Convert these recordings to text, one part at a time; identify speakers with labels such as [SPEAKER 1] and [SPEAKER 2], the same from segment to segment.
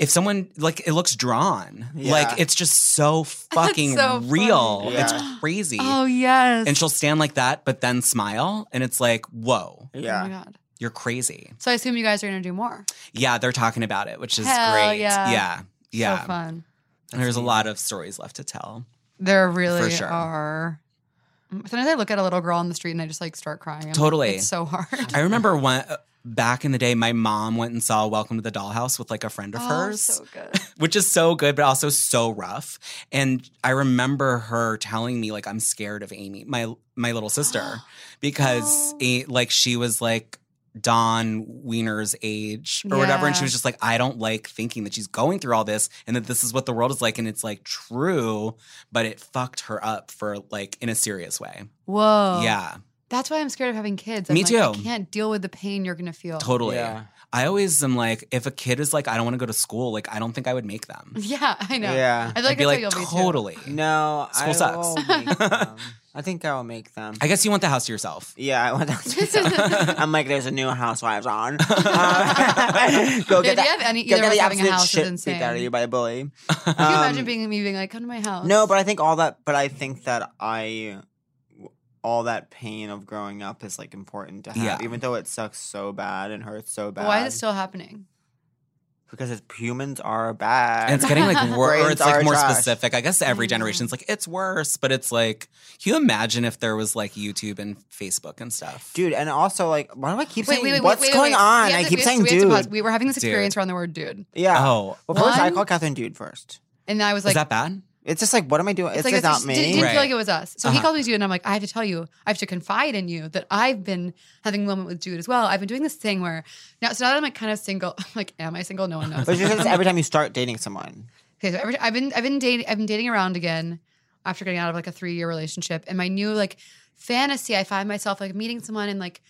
[SPEAKER 1] if someone like it looks drawn,
[SPEAKER 2] Yeah.
[SPEAKER 1] like it's just so fucking
[SPEAKER 3] so
[SPEAKER 1] real.
[SPEAKER 2] funny. Yeah.
[SPEAKER 1] It's crazy.
[SPEAKER 3] Oh yes.
[SPEAKER 1] And she'll stand like that, but then smile, and it's like, whoa,
[SPEAKER 3] Oh my
[SPEAKER 2] Yeah.
[SPEAKER 3] god.
[SPEAKER 1] you're crazy.
[SPEAKER 3] So I assume you guys are gonna do more.
[SPEAKER 1] Yeah, they're talking about it, which is
[SPEAKER 3] Hell
[SPEAKER 1] great.
[SPEAKER 3] yeah.
[SPEAKER 1] yeah, yeah.
[SPEAKER 3] So fun.
[SPEAKER 1] There's a lot of stories left to tell.
[SPEAKER 3] There really
[SPEAKER 1] sure.
[SPEAKER 3] are. mm, Sometimes I look at a little girl on the street and I just like start crying. I'm like,
[SPEAKER 1] Totally.
[SPEAKER 3] it's so hard.
[SPEAKER 1] I remember one uh, back in the day, my mom went and saw Welcome to the Dollhouse with like a friend of
[SPEAKER 3] Oh,
[SPEAKER 1] hers,
[SPEAKER 3] so good.
[SPEAKER 1] which is so good, but also so rough. And I remember her telling me like I'm scared of Amy, my my little
[SPEAKER 3] Oh.
[SPEAKER 1] sister, because eh, like she was like. Don Wiener's age or whatever. And she
[SPEAKER 3] Yeah.
[SPEAKER 1] was just like, I don't like thinking that she's going through all this and that this is what the world is like. And it's like true, but it fucked her up for like in a serious way.
[SPEAKER 3] Whoa.
[SPEAKER 1] Yeah,
[SPEAKER 3] That's why I'm scared of having kids. I'm
[SPEAKER 1] Me
[SPEAKER 3] like, I
[SPEAKER 1] too.
[SPEAKER 3] can't deal with the pain you're gonna feel.
[SPEAKER 1] totally.
[SPEAKER 2] Yeah.
[SPEAKER 1] I always am like, if a kid is like, I don't want to go to school, like, I don't think I would make them.
[SPEAKER 3] Yeah, I know.
[SPEAKER 2] Yeah.
[SPEAKER 3] I feel like
[SPEAKER 1] I'd be
[SPEAKER 3] that's
[SPEAKER 1] like,
[SPEAKER 3] how you'll
[SPEAKER 1] totally.
[SPEAKER 2] No,
[SPEAKER 1] School
[SPEAKER 2] I
[SPEAKER 1] sucks.
[SPEAKER 2] will make them. I think I will make them.
[SPEAKER 1] I guess you want the house to yourself.
[SPEAKER 2] yeah, I want that.
[SPEAKER 3] be too.
[SPEAKER 2] I'm like, there's a new Housewives on. Um, go get
[SPEAKER 3] Dude, do you
[SPEAKER 2] that.
[SPEAKER 3] have any
[SPEAKER 2] Go
[SPEAKER 3] either
[SPEAKER 2] get
[SPEAKER 3] of us
[SPEAKER 2] the
[SPEAKER 3] having a
[SPEAKER 2] absolute
[SPEAKER 3] house
[SPEAKER 2] shit
[SPEAKER 3] is
[SPEAKER 2] beat
[SPEAKER 3] insane.
[SPEAKER 2] out of you by a bully.
[SPEAKER 3] Can you
[SPEAKER 2] Um,
[SPEAKER 3] imagine being me being like, come to my house?
[SPEAKER 2] No, but I think all that. But I think that I, all that pain of growing up is like important to have,
[SPEAKER 1] Yeah.
[SPEAKER 2] even though it sucks so bad and hurts so bad.
[SPEAKER 3] why is it still happening?
[SPEAKER 2] Because it's, humans are bad.
[SPEAKER 1] And it's getting like worse, or
[SPEAKER 2] Brains
[SPEAKER 1] it's like
[SPEAKER 2] are
[SPEAKER 1] more
[SPEAKER 2] trash.
[SPEAKER 1] specific. I guess every
[SPEAKER 3] I know.
[SPEAKER 1] generation's like, it's worse, but it's like, can you imagine if there was like YouTube and Facebook and stuff?
[SPEAKER 2] dude. And also, like, why do I keep saying
[SPEAKER 3] wait, wait, wait.
[SPEAKER 2] what's
[SPEAKER 3] wait,
[SPEAKER 2] going
[SPEAKER 3] wait.
[SPEAKER 2] on?
[SPEAKER 3] We have
[SPEAKER 2] I
[SPEAKER 3] to-
[SPEAKER 2] keep
[SPEAKER 3] we have to-
[SPEAKER 2] saying
[SPEAKER 3] we have to pause.
[SPEAKER 2] dude.
[SPEAKER 3] We were having this
[SPEAKER 1] Dude.
[SPEAKER 3] experience around the word dude.
[SPEAKER 2] Yeah.
[SPEAKER 1] Oh.
[SPEAKER 2] Well, first I
[SPEAKER 3] One-
[SPEAKER 2] called Catherine dude first.
[SPEAKER 3] And I was
[SPEAKER 1] is
[SPEAKER 3] like,
[SPEAKER 1] that bad?
[SPEAKER 2] It's just like, what am I doing? It's, just not me.
[SPEAKER 3] It didn't
[SPEAKER 1] Right.
[SPEAKER 3] feel like it was us. So he
[SPEAKER 1] Uh-huh.
[SPEAKER 3] called me dude, and I'm like, I have to tell you, I have to confide in you that I've been having a moment with dude as well. I've been doing this thing where now, so now that I'm like kind of single, like, am I single? No one knows.
[SPEAKER 2] But it's just every time you start dating someone.
[SPEAKER 3] Okay, so every, I've been I've been dating I've been dating around again after getting out of like a three year relationship, and my new like fantasy, I find myself like meeting someone and like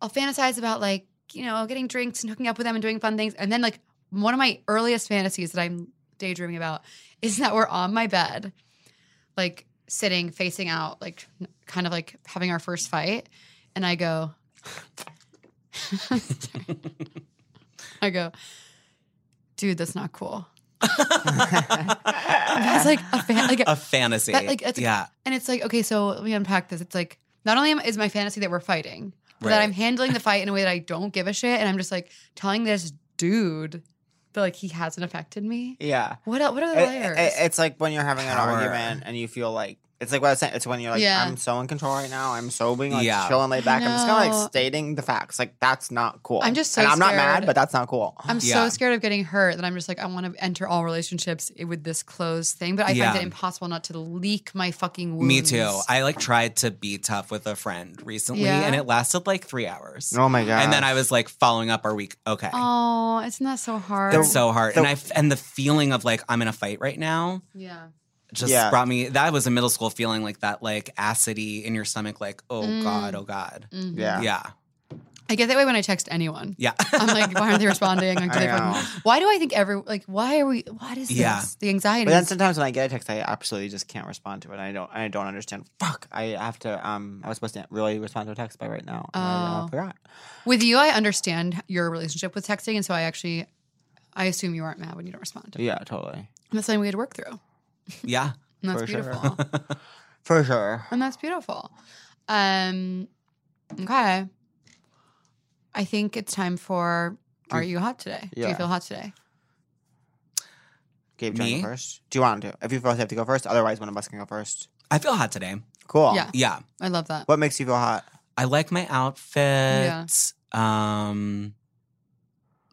[SPEAKER 3] I'll fantasize about like you know getting drinks and hooking up with them and doing fun things, and then like one of my earliest fantasies that I'm daydreaming about is that we're on my bed, like sitting facing out, like n- kind of like having our first fight, and I go, I go, dude, that's not cool. That's like a fan, like
[SPEAKER 1] A fantasy.
[SPEAKER 3] That, like, it's-
[SPEAKER 1] yeah.
[SPEAKER 3] And it's like, okay, so let me unpack this. It's like, not only am- is my fantasy that we're fighting, but that
[SPEAKER 1] Right.
[SPEAKER 3] I'm handling the fight in a way that I don't give a shit. And I'm just like telling this dude that like he hasn't affected me.
[SPEAKER 2] Yeah.
[SPEAKER 3] What, el- what are the
[SPEAKER 1] Eh,
[SPEAKER 2] It-
[SPEAKER 3] layers?
[SPEAKER 2] it- it's like when you're having an
[SPEAKER 1] Power.
[SPEAKER 2] argument and you feel like it's like what I was saying. It's when you're like,
[SPEAKER 3] Yeah.
[SPEAKER 2] I'm so in control right now. I'm so being like
[SPEAKER 1] Yeah.
[SPEAKER 2] chill and laid back. I'm just kind of
[SPEAKER 3] know.
[SPEAKER 2] like stating the facts. Like that's not cool.
[SPEAKER 3] I'm just so
[SPEAKER 2] and I'm not mad,
[SPEAKER 3] scared.
[SPEAKER 2] but that's not cool.
[SPEAKER 3] I'm
[SPEAKER 1] Yeah.
[SPEAKER 3] so scared of getting hurt that I'm just like, I want to enter all relationships with this closed thing. But I
[SPEAKER 1] Yeah.
[SPEAKER 3] find it impossible not to leak my fucking wounds.
[SPEAKER 1] Me too. I like tried to be tough with a friend recently
[SPEAKER 3] Yeah?
[SPEAKER 1] and it lasted like three hours.
[SPEAKER 2] oh my god.
[SPEAKER 1] And then I was like following up our week. Okay.
[SPEAKER 3] oh, isn't that so hard?
[SPEAKER 1] It's so hard. and
[SPEAKER 2] the-
[SPEAKER 1] I f- and the feeling of like I'm in a fight right now
[SPEAKER 3] yeah.
[SPEAKER 1] just
[SPEAKER 2] Yeah.
[SPEAKER 1] brought me that was a middle school feeling like that like acidity in your stomach like oh god oh god
[SPEAKER 3] Mhm.
[SPEAKER 2] Yeah.
[SPEAKER 1] yeah
[SPEAKER 3] I get that way when I text anyone.
[SPEAKER 1] yeah
[SPEAKER 3] I'm like, why aren't they responding? Like, do
[SPEAKER 2] I
[SPEAKER 3] they fucking-
[SPEAKER 2] know.
[SPEAKER 3] why do I think every like why are we what is
[SPEAKER 1] Yeah.
[SPEAKER 3] this? The anxiety.
[SPEAKER 2] But then sometimes when I get a text, I absolutely just can't respond to it. I don't. I don't understand. Fuck. I have to. Um. I was supposed to really respond to a text by right now. and I uh,
[SPEAKER 3] Oh.
[SPEAKER 2] forgot.
[SPEAKER 3] with you, I understand your relationship with texting, and so I actually I assume you aren't mad when you don't respond.
[SPEAKER 2] Yeah. Totally.
[SPEAKER 3] And that's something we had to work through.
[SPEAKER 1] yeah
[SPEAKER 3] And that's
[SPEAKER 2] For sure.
[SPEAKER 3] beautiful.
[SPEAKER 2] For sure.
[SPEAKER 3] and that's beautiful. Um okay. I think it's time for
[SPEAKER 2] Do
[SPEAKER 3] Are
[SPEAKER 2] you-
[SPEAKER 3] you hot today? Do you
[SPEAKER 2] Yeah.
[SPEAKER 3] feel hot today?
[SPEAKER 2] Gabe, do you want
[SPEAKER 1] Me?
[SPEAKER 2] to go first? Do you want to? If you both have to go first, otherwise one of us can go first.
[SPEAKER 1] I feel hot today.
[SPEAKER 2] Cool.
[SPEAKER 3] Yeah.
[SPEAKER 1] Yeah.
[SPEAKER 3] I love that.
[SPEAKER 2] What makes you feel hot?
[SPEAKER 1] I like my outfit. Um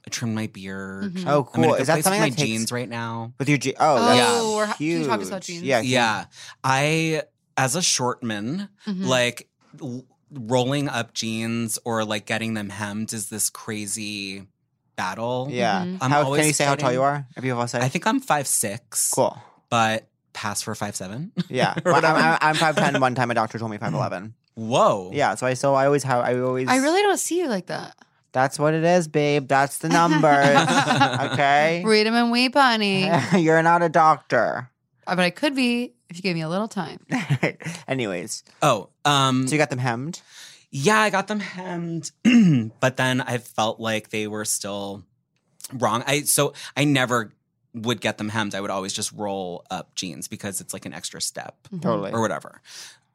[SPEAKER 1] I trimmed my beard.
[SPEAKER 3] Mhm.
[SPEAKER 2] Oh,
[SPEAKER 1] Mm-hmm. I'm gonna
[SPEAKER 2] cool.
[SPEAKER 1] go
[SPEAKER 2] Is that
[SPEAKER 1] play some
[SPEAKER 2] something
[SPEAKER 1] my
[SPEAKER 2] that takes
[SPEAKER 1] jeans right now.
[SPEAKER 2] with your jeans? Oh, that's
[SPEAKER 1] yeah.
[SPEAKER 3] Oh, we're ha-
[SPEAKER 2] huge.
[SPEAKER 3] can you talk us about jeans?
[SPEAKER 2] Yeah, can you-
[SPEAKER 1] Yeah. I as a short man,
[SPEAKER 3] Mhm.
[SPEAKER 1] like l- rolling up jeans or like getting them hemmed is this crazy battle.
[SPEAKER 2] Yeah.
[SPEAKER 3] Mhm.
[SPEAKER 1] Mm-hmm. I'm
[SPEAKER 2] How,
[SPEAKER 1] always
[SPEAKER 2] can you say how tall
[SPEAKER 1] fighting-
[SPEAKER 2] you are? If you both say,
[SPEAKER 1] I think I'm five six.
[SPEAKER 2] cool.
[SPEAKER 1] But pass for five seven.
[SPEAKER 2] Yeah,
[SPEAKER 1] Or
[SPEAKER 2] Well, I'm,
[SPEAKER 1] whatever.
[SPEAKER 2] I'm, I'm five ten. One time a doctor told me five eleven.
[SPEAKER 1] Whoa.
[SPEAKER 2] Yeah, so I so I always how I always.
[SPEAKER 3] I really don't see you like that.
[SPEAKER 2] That's what it is, babe. That's the numbers. okay.
[SPEAKER 3] Read them and weep, honey.
[SPEAKER 2] You're not a doctor.
[SPEAKER 3] Uh, but I could be if you gave me a little time.
[SPEAKER 2] Anyways,
[SPEAKER 1] Oh. Um
[SPEAKER 2] so you got them hemmed.
[SPEAKER 1] yeah, I got them hemmed, but then I felt like they were still wrong. I so I never would get them hemmed. I would always just roll up jeans because it's like an extra step
[SPEAKER 3] Mhm.
[SPEAKER 2] Totally.
[SPEAKER 1] or whatever.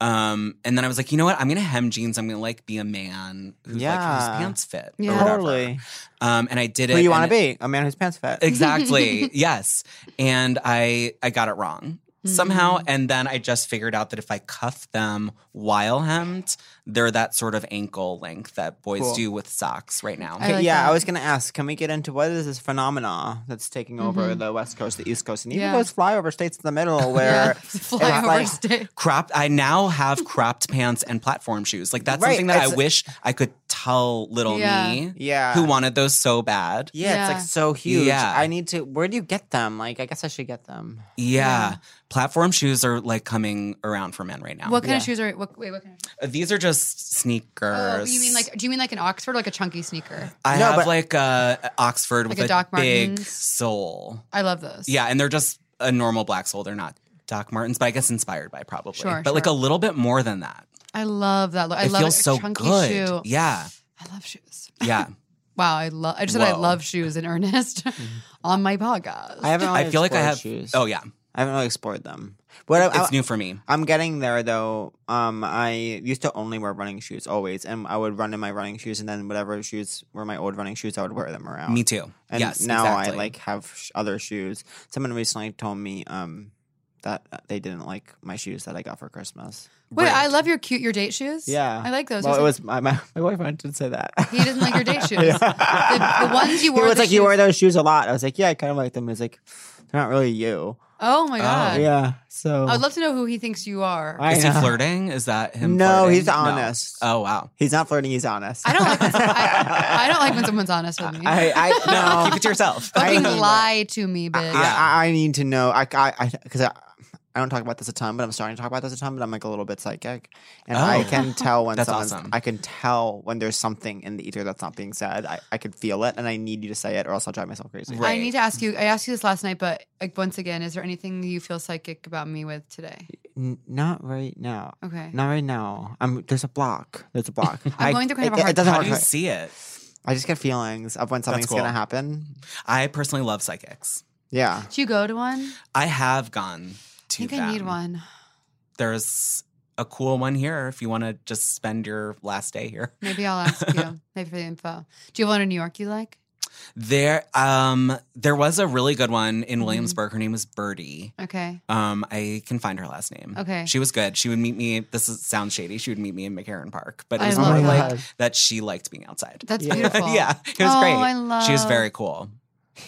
[SPEAKER 1] Um, and then I was like, you know what? I'm gonna hem jeans. I'm gonna like be a man who's like whose
[SPEAKER 2] Yeah.
[SPEAKER 1] pants fit.
[SPEAKER 3] Yeah.
[SPEAKER 1] Or whatever.
[SPEAKER 2] Totally.
[SPEAKER 1] Um, and I did it.
[SPEAKER 2] Who you
[SPEAKER 1] and
[SPEAKER 2] want to
[SPEAKER 1] it-
[SPEAKER 2] be? A man whose pants fit.
[SPEAKER 1] Exactly. yes. And I I got it wrong somehow.
[SPEAKER 2] Mm-hmm.
[SPEAKER 1] And then I just figured out that if I cuff them while hemmed, they're that sort of ankle length that boys
[SPEAKER 2] Cool.
[SPEAKER 1] do with socks right now.
[SPEAKER 3] I like
[SPEAKER 2] yeah,
[SPEAKER 3] that.
[SPEAKER 2] I was gonna ask. Can we get into what is this phenomena that's taking over
[SPEAKER 3] Mhm.
[SPEAKER 2] the West Coast, the East Coast, and even
[SPEAKER 3] Yeah.
[SPEAKER 2] those flyover states in the middle
[SPEAKER 3] Yeah.
[SPEAKER 2] where
[SPEAKER 3] Fly over
[SPEAKER 2] like-
[SPEAKER 3] state.
[SPEAKER 1] cropped i now have cropped pants and platform shoes like that's
[SPEAKER 2] Right,
[SPEAKER 1] something that i
[SPEAKER 2] it's-
[SPEAKER 1] wish i could tell little
[SPEAKER 3] Yeah.
[SPEAKER 1] me
[SPEAKER 2] yeah,
[SPEAKER 1] who wanted those so bad yeah.
[SPEAKER 2] Yeah, it's
[SPEAKER 3] Yeah.
[SPEAKER 2] like so huge.
[SPEAKER 1] Yeah.
[SPEAKER 2] I need to. Where do you get them? Like, I guess I should get them.
[SPEAKER 3] Yeah.
[SPEAKER 1] platform shoes are like coming around for men right now
[SPEAKER 3] What kind of
[SPEAKER 2] Yeah.
[SPEAKER 3] shoes are? What, wait, what kind of?
[SPEAKER 1] Uh, these are just sneakers
[SPEAKER 3] Oh, you mean like? Do you mean like an Oxford, or like a chunky sneaker?
[SPEAKER 1] i
[SPEAKER 2] No,
[SPEAKER 1] have
[SPEAKER 2] but-
[SPEAKER 1] like a oxford
[SPEAKER 3] Like
[SPEAKER 1] with
[SPEAKER 3] a
[SPEAKER 1] a,
[SPEAKER 3] Doc
[SPEAKER 1] big
[SPEAKER 3] Martens?
[SPEAKER 1] sole
[SPEAKER 3] I love those.
[SPEAKER 1] yeah and they're just a normal black sole they're not doc martens but i guess inspired by probably
[SPEAKER 3] Sure,
[SPEAKER 1] but like a
[SPEAKER 3] sure.
[SPEAKER 1] little bit more than that
[SPEAKER 3] I love that look. I
[SPEAKER 1] it
[SPEAKER 3] love
[SPEAKER 1] feels
[SPEAKER 3] it. A
[SPEAKER 1] so
[SPEAKER 3] chunky
[SPEAKER 1] good
[SPEAKER 3] shoe.
[SPEAKER 1] yeah
[SPEAKER 3] I love shoes.
[SPEAKER 1] yeah
[SPEAKER 3] Wow, I love. I just said I
[SPEAKER 1] Whoa. Mm-hmm.
[SPEAKER 3] love shoes in earnest on my podcast.
[SPEAKER 2] I haven't. Really
[SPEAKER 1] i feel like i
[SPEAKER 2] explored
[SPEAKER 1] have
[SPEAKER 2] shoes.
[SPEAKER 1] oh yeah
[SPEAKER 2] I haven't really explored them. What I,
[SPEAKER 1] it's new for me
[SPEAKER 2] am getting there though. Um, I used to only wear running shoes always, and I would run in my running shoes, and then whatever shoes were my old running shoes, I would wear them around.
[SPEAKER 1] Me too.
[SPEAKER 2] Oh. And
[SPEAKER 1] yes.
[SPEAKER 2] now
[SPEAKER 1] exactly.
[SPEAKER 2] I like have sh- other shoes. Someone recently told me um that uh, they didn't like my shoes that I got for Christmas.
[SPEAKER 3] Wait, I
[SPEAKER 1] Right.
[SPEAKER 3] love your cute your date shoes.
[SPEAKER 2] Yeah.
[SPEAKER 3] I like those.
[SPEAKER 2] well,
[SPEAKER 3] He's
[SPEAKER 2] it was my,
[SPEAKER 3] like,
[SPEAKER 2] my my boyfriend did say that.
[SPEAKER 3] He didn't like your day shoes.
[SPEAKER 2] the,
[SPEAKER 3] the ones you wore,
[SPEAKER 2] He was
[SPEAKER 3] the
[SPEAKER 2] like, you wear
[SPEAKER 3] shoes-
[SPEAKER 2] those shoes a lot. I was like, yeah, I kind of like them. He's like, they're not really you.
[SPEAKER 3] oh my
[SPEAKER 1] Oh.
[SPEAKER 3] god.
[SPEAKER 2] Yeah. So
[SPEAKER 3] I would love to know who he thinks you are.
[SPEAKER 2] I
[SPEAKER 1] Is he
[SPEAKER 2] know.
[SPEAKER 1] flirting? Is that him?
[SPEAKER 2] No,
[SPEAKER 1] flirting?
[SPEAKER 2] he's honest.
[SPEAKER 1] Oh wow.
[SPEAKER 2] He's not flirting. He's honest.
[SPEAKER 3] I don't like. When, some- I, I don't like when someone's honest with me.
[SPEAKER 2] I, I
[SPEAKER 1] No,
[SPEAKER 2] no.
[SPEAKER 1] keep it to yourself.
[SPEAKER 2] I
[SPEAKER 3] Fucking
[SPEAKER 2] mean-
[SPEAKER 3] lie to me, bitch.
[SPEAKER 1] Yeah.
[SPEAKER 2] I, I, I need to know. I I because I, I don't talk about this a ton, but I'm starting to talk about this a ton. But I'm like a little bit psychic, and I
[SPEAKER 1] Oh.
[SPEAKER 2] can tell when
[SPEAKER 1] That's
[SPEAKER 2] someone's.
[SPEAKER 1] awesome.
[SPEAKER 2] I can tell when there's something in the ether that's not being said. I I could feel it, and I need you to say it, or else I'll drive myself crazy.
[SPEAKER 1] Right.
[SPEAKER 3] I need to ask you. I asked you this last night, but like once again, is there anything you feel psychic about me with today?
[SPEAKER 2] N- not right now.
[SPEAKER 3] Okay.
[SPEAKER 2] Not right now. I'm there's a block. There's a block. I'm
[SPEAKER 3] going through kind of a
[SPEAKER 2] it,
[SPEAKER 3] hard
[SPEAKER 2] It doesn't
[SPEAKER 1] How
[SPEAKER 2] work
[SPEAKER 1] do you
[SPEAKER 2] right-
[SPEAKER 1] see it?
[SPEAKER 2] I just get feelings of when something's
[SPEAKER 1] cool.
[SPEAKER 2] gonna happen.
[SPEAKER 1] I personally love psychics.
[SPEAKER 2] Yeah.
[SPEAKER 3] Do you go to one? I
[SPEAKER 1] I have gone to.
[SPEAKER 3] think I need
[SPEAKER 1] them.
[SPEAKER 3] one.
[SPEAKER 1] There's a cool one here if you want to just spend your last day here.
[SPEAKER 3] Maybe I'll ask you. Maybe for the info. Do you have one in New York you like?
[SPEAKER 1] There, um, there was a really good one in
[SPEAKER 3] Mm-hmm.
[SPEAKER 1] Williamsburg. Her name was Birdie.
[SPEAKER 3] Okay.
[SPEAKER 1] Um, I can find her last name.
[SPEAKER 3] Okay.
[SPEAKER 1] She was good. She would meet me. This is, sounds shady. She would meet me in McCarran Park, but it
[SPEAKER 3] I
[SPEAKER 1] was
[SPEAKER 3] love
[SPEAKER 2] Oh
[SPEAKER 1] more
[SPEAKER 3] that.
[SPEAKER 1] like that she liked being outside.
[SPEAKER 3] That's
[SPEAKER 2] Yeah.
[SPEAKER 3] beautiful.
[SPEAKER 1] yeah, it was
[SPEAKER 3] Oh,
[SPEAKER 1] great.
[SPEAKER 3] I
[SPEAKER 1] She was
[SPEAKER 3] love-
[SPEAKER 1] very cool.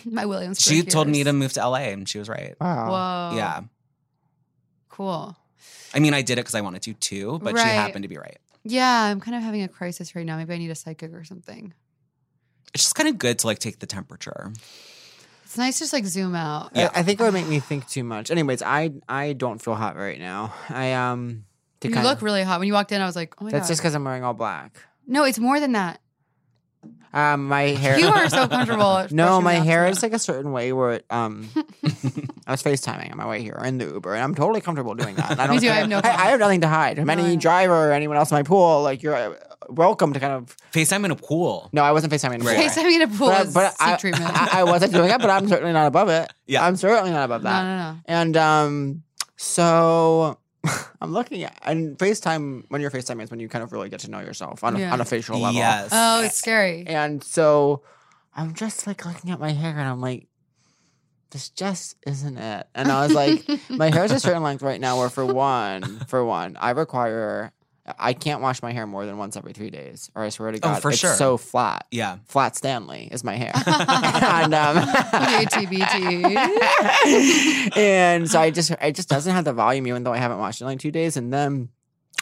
[SPEAKER 3] My Williams.
[SPEAKER 1] She told me to move to LA, and she was right.
[SPEAKER 2] Wow.
[SPEAKER 3] Whoa.
[SPEAKER 1] Yeah,
[SPEAKER 3] Cool.
[SPEAKER 1] I mean, I did it because I wanted to too, but she
[SPEAKER 3] Right.
[SPEAKER 1] happened to be right.
[SPEAKER 3] Yeah, I'm kind of having a crisis right now. Maybe I need a psychic or something.
[SPEAKER 1] It's just kind of good to like take the temperature.
[SPEAKER 3] It's nice to just like zoom out.
[SPEAKER 2] I- I, think it would make me think too much. Anyways, I I don't feel hot right now. I um. to
[SPEAKER 3] You
[SPEAKER 2] kinda-
[SPEAKER 3] look really hot. When you walked in, I was like, oh my
[SPEAKER 2] That's
[SPEAKER 3] god.
[SPEAKER 2] just because I'm wearing all black.
[SPEAKER 3] no, it's more than that.
[SPEAKER 2] Um, my hair.
[SPEAKER 3] You are so comfortable. at
[SPEAKER 2] No,
[SPEAKER 3] brushing
[SPEAKER 2] my
[SPEAKER 3] it off
[SPEAKER 2] hair
[SPEAKER 3] now.
[SPEAKER 2] is like a certain way where it, um, I was FaceTiming on my way here in the Uber, and I'm totally comfortable doing that. And I
[SPEAKER 3] Me
[SPEAKER 2] don't.
[SPEAKER 3] too, I have no
[SPEAKER 2] I, I have nothing to hide from
[SPEAKER 3] No, I
[SPEAKER 2] any
[SPEAKER 3] know.
[SPEAKER 2] driver or anyone else in my pool. Like you're uh, welcome to kind of.
[SPEAKER 1] FaceTime in a pool.
[SPEAKER 2] No, I wasn't FaceTiming. Right.
[SPEAKER 3] Face having a pool
[SPEAKER 2] But,
[SPEAKER 3] is
[SPEAKER 2] but
[SPEAKER 3] seat
[SPEAKER 2] I,
[SPEAKER 3] treatment.
[SPEAKER 2] I, I wasn't doing it, but I'm certainly not above it.
[SPEAKER 1] Yeah.
[SPEAKER 2] I'm certainly not above
[SPEAKER 3] no,
[SPEAKER 2] that.
[SPEAKER 3] no, no.
[SPEAKER 2] And um, so I'm looking at and FaceTime when you're FaceTiming is when you kind of really get to know yourself on, a-
[SPEAKER 3] Yeah.
[SPEAKER 2] on a facial level.
[SPEAKER 1] Yes.
[SPEAKER 3] Oh, it's scary.
[SPEAKER 2] And so I'm just like looking at my hair and I'm like, this just isn't it. And I was like, my hair's a certain length right now where for one, for one, I require I can't wash my hair more than once every three days. Or I swear to
[SPEAKER 1] Oh,
[SPEAKER 2] God,
[SPEAKER 1] for
[SPEAKER 2] it's
[SPEAKER 1] sure.
[SPEAKER 2] so flat.
[SPEAKER 1] yeah.
[SPEAKER 2] Flat Stanley is my hair. and um
[SPEAKER 3] ATBT.
[SPEAKER 2] and so I just it just doesn't have the volume even though I haven't watched it in like two days. And then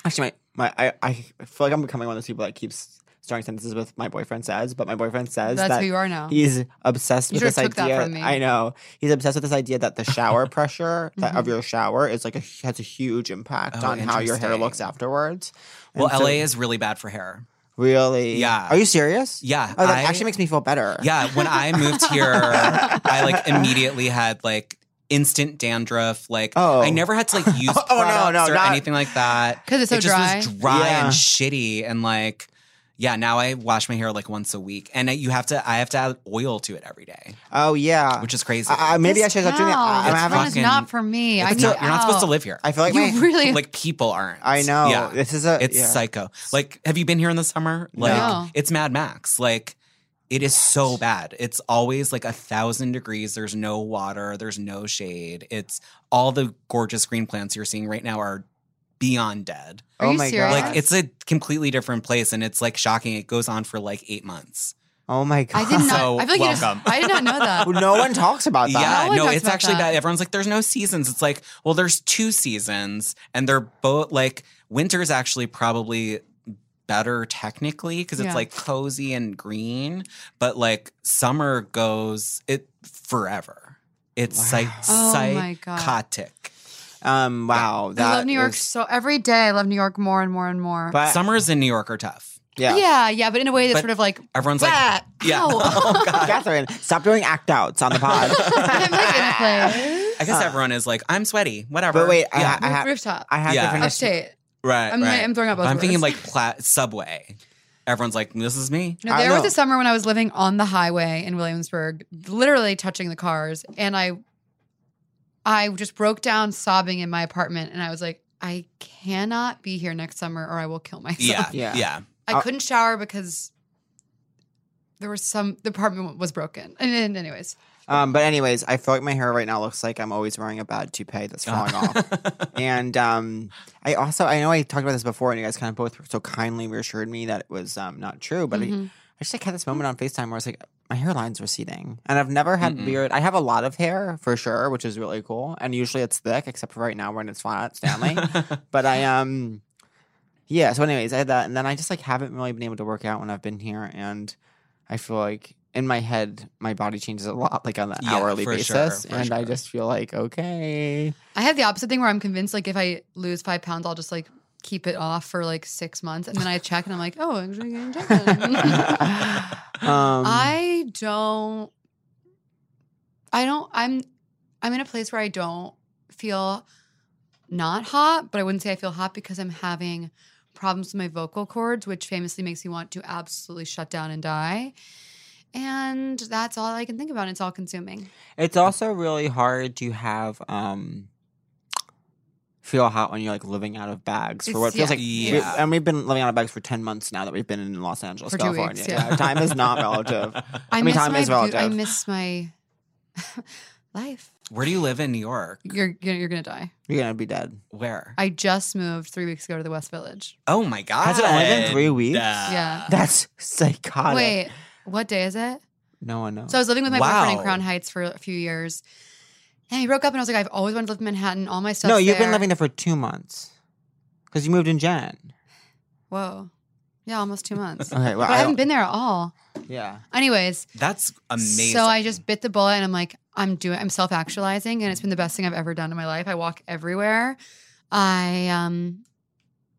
[SPEAKER 2] actually my, my I, I feel like I'm becoming one of those people that keeps starting sentences with my boyfriend says, but my boyfriend says
[SPEAKER 3] That's
[SPEAKER 2] that
[SPEAKER 3] who you are now.
[SPEAKER 2] He's obsessed
[SPEAKER 3] You
[SPEAKER 2] with
[SPEAKER 3] should've
[SPEAKER 2] this
[SPEAKER 3] took that
[SPEAKER 2] idea.
[SPEAKER 3] from me.
[SPEAKER 2] I know he's obsessed with this idea that the shower pressure that, of
[SPEAKER 3] Mhm.
[SPEAKER 2] your shower is like a, has a huge impact
[SPEAKER 1] Oh,
[SPEAKER 2] on how your hair looks
[SPEAKER 1] interesting.
[SPEAKER 2] afterwards. And
[SPEAKER 1] Well,
[SPEAKER 2] so-
[SPEAKER 1] LA is really bad for hair.
[SPEAKER 2] really.
[SPEAKER 1] Yeah.
[SPEAKER 2] Are you serious?
[SPEAKER 1] Yeah.
[SPEAKER 2] Oh, that
[SPEAKER 1] I-
[SPEAKER 2] actually makes me feel better.
[SPEAKER 1] Yeah, when I moved here, I like immediately had like instant dandruff. Like
[SPEAKER 2] Oh.
[SPEAKER 1] I never had to like use
[SPEAKER 2] Oh, no,
[SPEAKER 1] products
[SPEAKER 2] no,
[SPEAKER 1] or
[SPEAKER 2] not-
[SPEAKER 1] anything like that.
[SPEAKER 3] 'Cause it's so
[SPEAKER 1] it just was
[SPEAKER 3] dry?
[SPEAKER 1] dry
[SPEAKER 2] Yeah.
[SPEAKER 1] and shitty and like yeah, now I wash my hair like once a week, and you have to. I have to add oil to it every day,
[SPEAKER 2] Oh yeah.
[SPEAKER 1] which is crazy.
[SPEAKER 2] I, I- maybe I
[SPEAKER 3] This
[SPEAKER 2] should stop doing that.
[SPEAKER 3] town,
[SPEAKER 2] I- I'm
[SPEAKER 3] this
[SPEAKER 2] having.
[SPEAKER 3] town is
[SPEAKER 1] fucking-
[SPEAKER 3] not for me. I
[SPEAKER 1] It's
[SPEAKER 3] need
[SPEAKER 1] not- you're not supposed to
[SPEAKER 3] out.
[SPEAKER 1] live here.
[SPEAKER 2] I feel like my.
[SPEAKER 3] You really
[SPEAKER 1] like people aren't.
[SPEAKER 2] I know.
[SPEAKER 1] Yeah,
[SPEAKER 2] This is a.
[SPEAKER 1] it's
[SPEAKER 2] yeah.
[SPEAKER 1] psycho. Like, have you been here in the summer? Like,
[SPEAKER 3] No.
[SPEAKER 1] it's Mad Max. Like, it is so bad. It's always like a thousand degrees. There's no water. There's no shade. It's all the gorgeous green plants you're seeing right now are beyond dead.
[SPEAKER 3] Are
[SPEAKER 2] oh
[SPEAKER 3] you
[SPEAKER 2] my
[SPEAKER 3] serious?
[SPEAKER 2] god.
[SPEAKER 1] Like, it's a completely different place, and it's like shocking. It goes on for like eight months.
[SPEAKER 2] oh my god.
[SPEAKER 3] I did not.
[SPEAKER 1] So,
[SPEAKER 3] I feel like you just-
[SPEAKER 1] welcome.
[SPEAKER 3] I did not know that.
[SPEAKER 2] no one talks about that.
[SPEAKER 1] Yeah,
[SPEAKER 3] No one
[SPEAKER 1] no,
[SPEAKER 3] talks
[SPEAKER 1] it's
[SPEAKER 3] about
[SPEAKER 1] actually
[SPEAKER 3] that.
[SPEAKER 1] bad. Everyone's like, there's no seasons. It's like, well, there's two seasons, and they're both like winter's actually probably better technically because it's
[SPEAKER 3] Yeah.
[SPEAKER 1] like cozy and green, but like summer goes it forever. It's like
[SPEAKER 3] Wow. Oh my God.
[SPEAKER 1] psychotic.
[SPEAKER 2] Um. Wow. That
[SPEAKER 3] I love New York
[SPEAKER 2] is-
[SPEAKER 3] so every day. I love New York more and more and more.
[SPEAKER 2] But
[SPEAKER 1] Summers in New York are tough.
[SPEAKER 2] yeah.
[SPEAKER 3] yeah, yeah, but in a way that's
[SPEAKER 1] But-
[SPEAKER 3] sort of like
[SPEAKER 1] Everyone's like,
[SPEAKER 3] bah,
[SPEAKER 1] yeah.
[SPEAKER 3] ow.
[SPEAKER 1] Oh, God.
[SPEAKER 2] Catherine, stop doing act outs on the pod.
[SPEAKER 3] I'm like in a place.
[SPEAKER 1] I guess everyone is like, I'm sweaty, whatever.
[SPEAKER 2] But wait, I-
[SPEAKER 1] yeah.
[SPEAKER 2] I, have,
[SPEAKER 3] rooftop.
[SPEAKER 2] I have
[SPEAKER 1] Yeah.
[SPEAKER 2] to finish.
[SPEAKER 3] Upstate.
[SPEAKER 1] right.
[SPEAKER 3] I'm,
[SPEAKER 1] right.
[SPEAKER 3] I'm throwing out both.
[SPEAKER 1] I'm thinking
[SPEAKER 3] words.
[SPEAKER 1] like pla- subway. Everyone's like, this is me.
[SPEAKER 3] No,
[SPEAKER 2] I
[SPEAKER 3] there was
[SPEAKER 2] know.
[SPEAKER 3] a summer when I was living on the highway in Williamsburg, literally touching the cars, and I I just broke down sobbing in my apartment and I was like, I cannot be here next summer or I will kill myself.
[SPEAKER 1] Yeah,
[SPEAKER 2] Yeah. Uh,
[SPEAKER 1] yeah,
[SPEAKER 3] I couldn't shower because there was some the apartment was broken. And, and anyways,
[SPEAKER 2] Um, but anyways, I feel like my hair right now looks like I'm always wearing a bad toupee that's falling off. And um, I also I know I talked about this before, and you guys kind of both so kindly reassured me that it was um, not true. But I,
[SPEAKER 3] Mhm.
[SPEAKER 2] I just like had this moment on Facetime where I was like, my hairline's receding, and I've never had
[SPEAKER 1] Mm-mm.
[SPEAKER 2] weird. I have a lot of hair for sure, which is really cool, and usually it's thick, except for right now when it's flat, it's Stanley. But I um yeah, so anyways, I had that and then I just like haven't really been able to work out when I've been here and I feel like in my head my body changes a lot like on an
[SPEAKER 1] Yeah,
[SPEAKER 2] hourly
[SPEAKER 1] for
[SPEAKER 2] basis
[SPEAKER 1] sure, for
[SPEAKER 2] and I
[SPEAKER 1] sure.
[SPEAKER 2] just feel like okay.
[SPEAKER 3] I have the opposite thing where I'm convinced like if I lose five pounds, I'll just like keep it off for like six months, and then I check and I'm like, oh, actually, I'm down.
[SPEAKER 2] Um
[SPEAKER 3] I don't. I don't. I'm. I'm in a place where I don't feel not hot, but I wouldn't say I feel hot because I'm having problems with my vocal cords, which famously makes me want to absolutely shut down and die. And that's all I can think about. It's all consuming.
[SPEAKER 2] it's also really hard to have um feel hot when you're like living out of bags for
[SPEAKER 3] It's-
[SPEAKER 2] what feels
[SPEAKER 3] yeah.
[SPEAKER 2] like we-
[SPEAKER 1] Yeah.
[SPEAKER 2] and we've been living out of bags for 10 months now that we've been in Los Angeles,
[SPEAKER 3] For two
[SPEAKER 2] California.
[SPEAKER 3] weeks,
[SPEAKER 2] yeah.
[SPEAKER 3] yeah.
[SPEAKER 2] time is not relative.
[SPEAKER 3] I,
[SPEAKER 2] mean,
[SPEAKER 3] miss
[SPEAKER 2] time
[SPEAKER 3] my.
[SPEAKER 2] is
[SPEAKER 3] vo- I
[SPEAKER 2] relative.
[SPEAKER 3] miss my life.
[SPEAKER 1] Where do you live in New York?
[SPEAKER 3] You're you're you're gonna die.
[SPEAKER 2] You're going to be dead.
[SPEAKER 1] Where?
[SPEAKER 3] I just moved three weeks ago to the West Village.
[SPEAKER 1] oh my god! uh,
[SPEAKER 2] Has it only been three weeks?
[SPEAKER 3] Yeah.
[SPEAKER 2] That's psychotic.
[SPEAKER 3] Wait, what day is it?
[SPEAKER 2] No one knows.
[SPEAKER 3] So I was living with my boyfriend in
[SPEAKER 1] Wow.
[SPEAKER 3] Crown Heights for a few years. And he broke up, and I was like, I've always wanted to live in Manhattan. All my stuff.
[SPEAKER 2] no, you've been living there for two months because you moved in Jan.
[SPEAKER 3] Whoa, yeah, almost two months. but
[SPEAKER 2] Okay, well,
[SPEAKER 3] I,
[SPEAKER 2] I
[SPEAKER 3] haven't
[SPEAKER 2] don't-
[SPEAKER 3] been there at all.
[SPEAKER 2] Yeah.
[SPEAKER 3] Anyways,
[SPEAKER 1] That's amazing.
[SPEAKER 3] so I just bit the bullet, and I'm like, I'm doing, I'm self actualizing, and it's been the best thing I've ever done in my life. I walk everywhere. I um,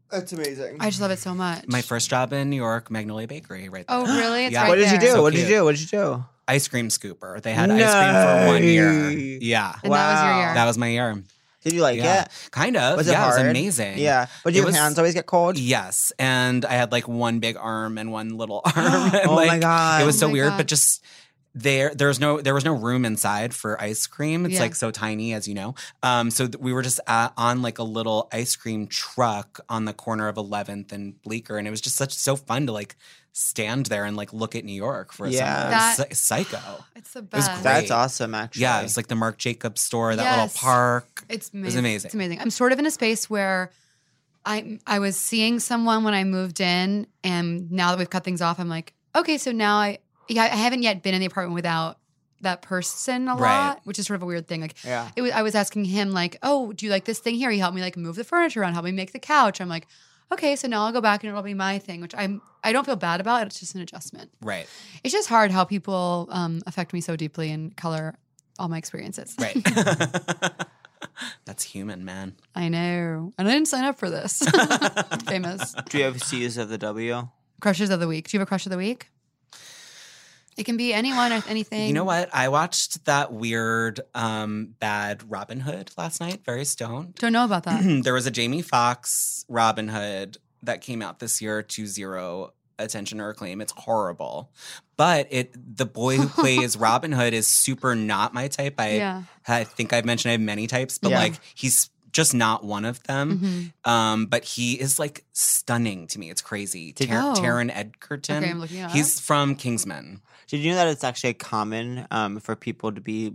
[SPEAKER 2] That's amazing.
[SPEAKER 3] I just love it so much.
[SPEAKER 1] my first job in New York, Magnolia Bakery, right there.
[SPEAKER 3] Oh, really? It's
[SPEAKER 1] Yeah.
[SPEAKER 3] right
[SPEAKER 2] what did you do?
[SPEAKER 3] there.
[SPEAKER 1] So
[SPEAKER 2] what did you
[SPEAKER 1] cute.
[SPEAKER 2] do? What did you do?
[SPEAKER 1] Ice cream scooper. They had ice cream for one year.
[SPEAKER 2] Nice.
[SPEAKER 1] Yeah,
[SPEAKER 3] And that was your
[SPEAKER 2] Wow.
[SPEAKER 3] year.
[SPEAKER 1] that was my year.
[SPEAKER 2] Did you like
[SPEAKER 1] yeah,
[SPEAKER 2] it?
[SPEAKER 1] kind of.
[SPEAKER 2] Was it
[SPEAKER 1] yeah, it
[SPEAKER 2] hard?
[SPEAKER 1] was amazing.
[SPEAKER 2] Yeah. But
[SPEAKER 1] It
[SPEAKER 2] your
[SPEAKER 1] was-
[SPEAKER 2] hands always get cold?
[SPEAKER 1] Yes, and I had like one big arm and one little arm. and,
[SPEAKER 2] oh my
[SPEAKER 1] like,
[SPEAKER 2] God.
[SPEAKER 1] It was so
[SPEAKER 3] Oh my
[SPEAKER 1] weird,
[SPEAKER 3] God.
[SPEAKER 1] but just there there's no there was no room inside for ice cream. It's
[SPEAKER 3] Yeah.
[SPEAKER 1] like so tiny, as you know. Um, so th- we were just at, on like a little ice cream truck on the corner of 11th and Bleecker, and it was just such so fun to like stand there and like look at New York for a
[SPEAKER 2] Yeah.
[SPEAKER 1] summer. It was psy- psycho.
[SPEAKER 3] It's the
[SPEAKER 1] was
[SPEAKER 3] best.
[SPEAKER 1] great.
[SPEAKER 2] That's awesome, actually.
[SPEAKER 1] Yeah, it's like the Marc Jacobs store, that
[SPEAKER 3] Yes.
[SPEAKER 1] little park.
[SPEAKER 3] It's amazing.
[SPEAKER 1] was amazing.
[SPEAKER 3] It's amazing. I'm sort of in a space where I I was seeing someone when I moved in, and now that we've cut things off, I'm like, okay, so now I yeah I haven't yet been in the apartment without that person a
[SPEAKER 1] Right.
[SPEAKER 3] lot, which is sort of a weird thing. Like
[SPEAKER 2] yeah.
[SPEAKER 3] it was, I was asking him like, oh, do you like this thing here? He helped me like move the furniture around, helped me make the couch. I'm like. Okay, so now I'll go back and it'll be my thing, which I'm I don't feel bad about. It's just an adjustment.
[SPEAKER 1] Right,
[SPEAKER 3] It's just hard how people um, affect me so deeply and color all my experiences.
[SPEAKER 1] right. That's human, man.
[SPEAKER 3] I know. And I didn't sign up for this. Famous.
[SPEAKER 2] Do you have C's of the W?
[SPEAKER 3] Crushes of the week. Do you have a crush of the week? It can be anyone or anything.
[SPEAKER 1] You know what? I watched that weird, um, bad Robin Hood last night. Very stoned.
[SPEAKER 3] Don't know about that.
[SPEAKER 1] there was a Jamie Foxx Robin Hood that came out this year to zero attention or acclaim. It's horrible, but it the boy who plays Robin Hood is super not my type. I
[SPEAKER 3] yeah.
[SPEAKER 1] I think I've mentioned I have many types, but
[SPEAKER 2] Yeah.
[SPEAKER 1] like he's just not one of them.
[SPEAKER 3] Mhm.
[SPEAKER 1] Um, but he is like stunning to me. It's crazy.
[SPEAKER 2] Did-
[SPEAKER 1] Tar-
[SPEAKER 3] Oh.
[SPEAKER 1] Taron Edgerton.
[SPEAKER 3] Okay, I'm looking it up.
[SPEAKER 1] He's from Kingsman.
[SPEAKER 2] Did you know that it's actually common um, for people to be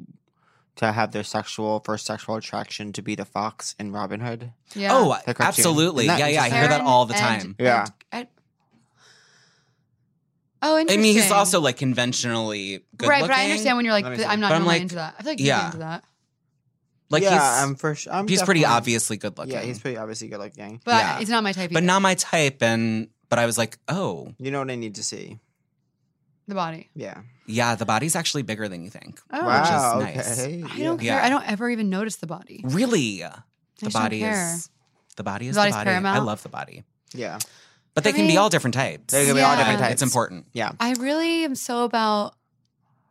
[SPEAKER 2] to have their sexual first sexual attraction to be the fox in Robin Hood?
[SPEAKER 3] Yeah.
[SPEAKER 1] Oh,
[SPEAKER 2] The cartoon.
[SPEAKER 1] absolutely.
[SPEAKER 2] Isn't that
[SPEAKER 1] Yeah, yeah. I hear that
[SPEAKER 3] Taron
[SPEAKER 1] all the
[SPEAKER 3] Ed-
[SPEAKER 1] time.
[SPEAKER 2] Yeah.
[SPEAKER 3] Ed- oh,
[SPEAKER 1] I
[SPEAKER 3] interesting.
[SPEAKER 1] mean, he's also like conventionally good
[SPEAKER 3] right, but I
[SPEAKER 1] looking.
[SPEAKER 3] understand when you're like,
[SPEAKER 2] Let me
[SPEAKER 3] "But
[SPEAKER 2] see.
[SPEAKER 3] I'm not
[SPEAKER 1] But
[SPEAKER 3] going
[SPEAKER 1] I'm
[SPEAKER 3] to
[SPEAKER 1] like,
[SPEAKER 3] into that. I feel like you yeah.
[SPEAKER 1] yeah.
[SPEAKER 3] into that.
[SPEAKER 1] Like
[SPEAKER 2] yeah,
[SPEAKER 1] he's
[SPEAKER 2] I'm for sure. I'm
[SPEAKER 1] he's pretty
[SPEAKER 2] definitely-
[SPEAKER 1] obviously good looking.
[SPEAKER 2] Yeah, he's pretty obviously good looking.
[SPEAKER 3] But
[SPEAKER 1] Yeah.
[SPEAKER 3] it's not my type.
[SPEAKER 1] but
[SPEAKER 3] either.
[SPEAKER 1] not my type. And but I was like, oh
[SPEAKER 2] You know what I need to see?
[SPEAKER 3] the body.
[SPEAKER 2] Yeah.
[SPEAKER 1] yeah, the body's actually bigger than you think.
[SPEAKER 3] Oh,
[SPEAKER 2] wow.
[SPEAKER 1] Which is nice.
[SPEAKER 2] Okay.
[SPEAKER 3] I
[SPEAKER 2] yeah.
[SPEAKER 3] don't care.
[SPEAKER 1] Yeah.
[SPEAKER 3] I don't ever even notice the body.
[SPEAKER 1] Really,
[SPEAKER 3] I
[SPEAKER 1] the
[SPEAKER 3] just don't
[SPEAKER 1] body
[SPEAKER 3] care.
[SPEAKER 1] is the body is
[SPEAKER 3] The
[SPEAKER 1] the,
[SPEAKER 3] body's
[SPEAKER 1] body. I
[SPEAKER 3] paramount.
[SPEAKER 1] love the body,
[SPEAKER 2] Yeah.
[SPEAKER 1] but
[SPEAKER 3] For
[SPEAKER 1] they can
[SPEAKER 3] me-
[SPEAKER 1] be all different types.
[SPEAKER 2] They can be all different
[SPEAKER 3] Yeah.
[SPEAKER 2] types.
[SPEAKER 1] It's important.
[SPEAKER 3] I really am so about